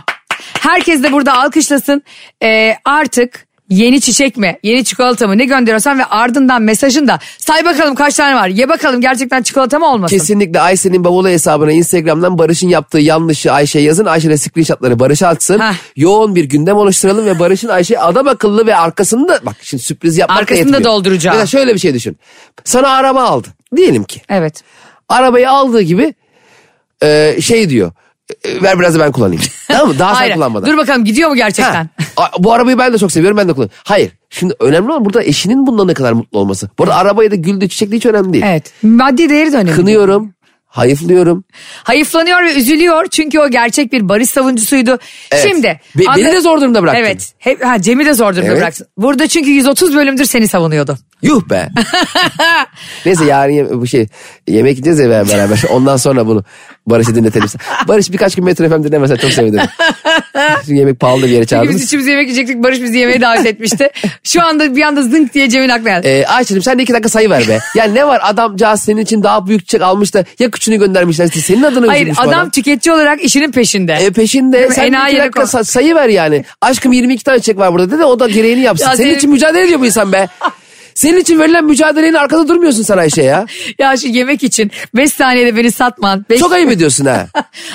Speaker 2: Herkes de burada alkışlasın. Ee, artık yeni çiçek mi, yeni çikolata mı ne gönderiyorsan ve ardından mesajın da say bakalım kaç tane var. Ye bakalım gerçekten çikolata mı olmasın?
Speaker 3: Kesinlikle Ayşe'nin bavulu hesabına Instagram'dan Barış'ın yaptığı yanlışı Ayşe'ye yazın. Ayşe de screenshotları Barış'a atsın.
Speaker 2: Heh.
Speaker 3: Yoğun bir gündem oluşturalım ve Barış'ın Ayşe'ye adam akıllı ve arkasını da bak şimdi sürpriz yapmak da
Speaker 2: Arkasını da
Speaker 3: yetmiyor.
Speaker 2: dolduracağım.
Speaker 3: Mesela şöyle bir şey düşün. Sana araba aldı. Diyelim ki.
Speaker 2: Evet.
Speaker 3: Arabayı aldığı gibi e, şey diyor. E, ver biraz da ben kullanayım. tamam mı? Daha sen
Speaker 2: Hayır.
Speaker 3: kullanmadan.
Speaker 2: Dur bakalım gidiyor mu
Speaker 3: Ha,
Speaker 2: gerçekten?
Speaker 3: a- bu arabayı ben de çok seviyorum ben de kullanıyorum. Hayır. Şimdi önemli olan burada eşinin bundan ne kadar mutlu olması. Bu arada arabayı da güldü çiçekli hiç önemli değil.
Speaker 2: Evet. Maddi değeri de önemli.
Speaker 3: Kınıyorum. Hayıflıyorum.
Speaker 2: Hayıflanıyor ve üzülüyor çünkü o gerçek bir barış savuncusuydu.
Speaker 3: Evet.
Speaker 2: Şimdi.
Speaker 3: Be-
Speaker 2: anla-
Speaker 3: beni de zor durumda bıraktın.
Speaker 2: Evet. Hep, ha, Cem'i de zor durumda
Speaker 3: Evet.
Speaker 2: bıraksın. Burada çünkü 130 bölümdür seni savunuyordu.
Speaker 3: Yuh be. Neyse yarın ye- bu şey yemek yiyeceğiz ya beraber. Ondan sonra bunu Barış'ı dinletelim. Barış birkaç gün Metro FM dinlemesen çok sevinirim. Çünkü yemek pahalı bir yere
Speaker 2: Çünkü biz
Speaker 3: çağırdınız.
Speaker 2: üçümüz yemek yiyecektik Barış bizi yemeğe davet etmişti. Şu anda bir anda zınk diye Cem'in aklına geldi.
Speaker 3: Ee, Ayşe'cim sen de iki dakika sayı ver be. Yani ne var adamcağız senin için daha büyük çiçek almış da ya küçüğünü göndermişler. Senin adına
Speaker 2: Hayır
Speaker 3: üzülmüş bu
Speaker 2: adam tüketici olarak işinin peşinde.
Speaker 3: E peşinde
Speaker 2: mi?
Speaker 3: sen de
Speaker 2: Enayi
Speaker 3: iki dakika
Speaker 2: rekor.
Speaker 3: sa- sayı ver yani. Aşkım 22 tane çek var burada dedi o da gereğini yapsın.
Speaker 2: Ya
Speaker 3: Senin
Speaker 2: senin-
Speaker 3: için mücadele ediyor bu insan be. Senin için verilen mücadelenin arkada durmuyorsun sen Ayşe ya.
Speaker 2: Ya şu yemek için 5 saniyede beni satman. Beş-
Speaker 3: Çok ayıp ediyorsun ha.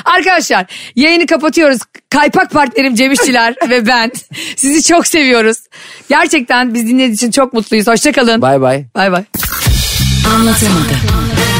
Speaker 2: Arkadaşlar yayını kapatıyoruz. Kaypak partnerim Cem İşçiler ve ben. Sizi çok seviyoruz. Gerçekten biz dinlediğiniz için çok mutluyuz. Hoşçakalın.
Speaker 3: Bay bay.
Speaker 2: Bay bay.
Speaker 4: Anlatamadım.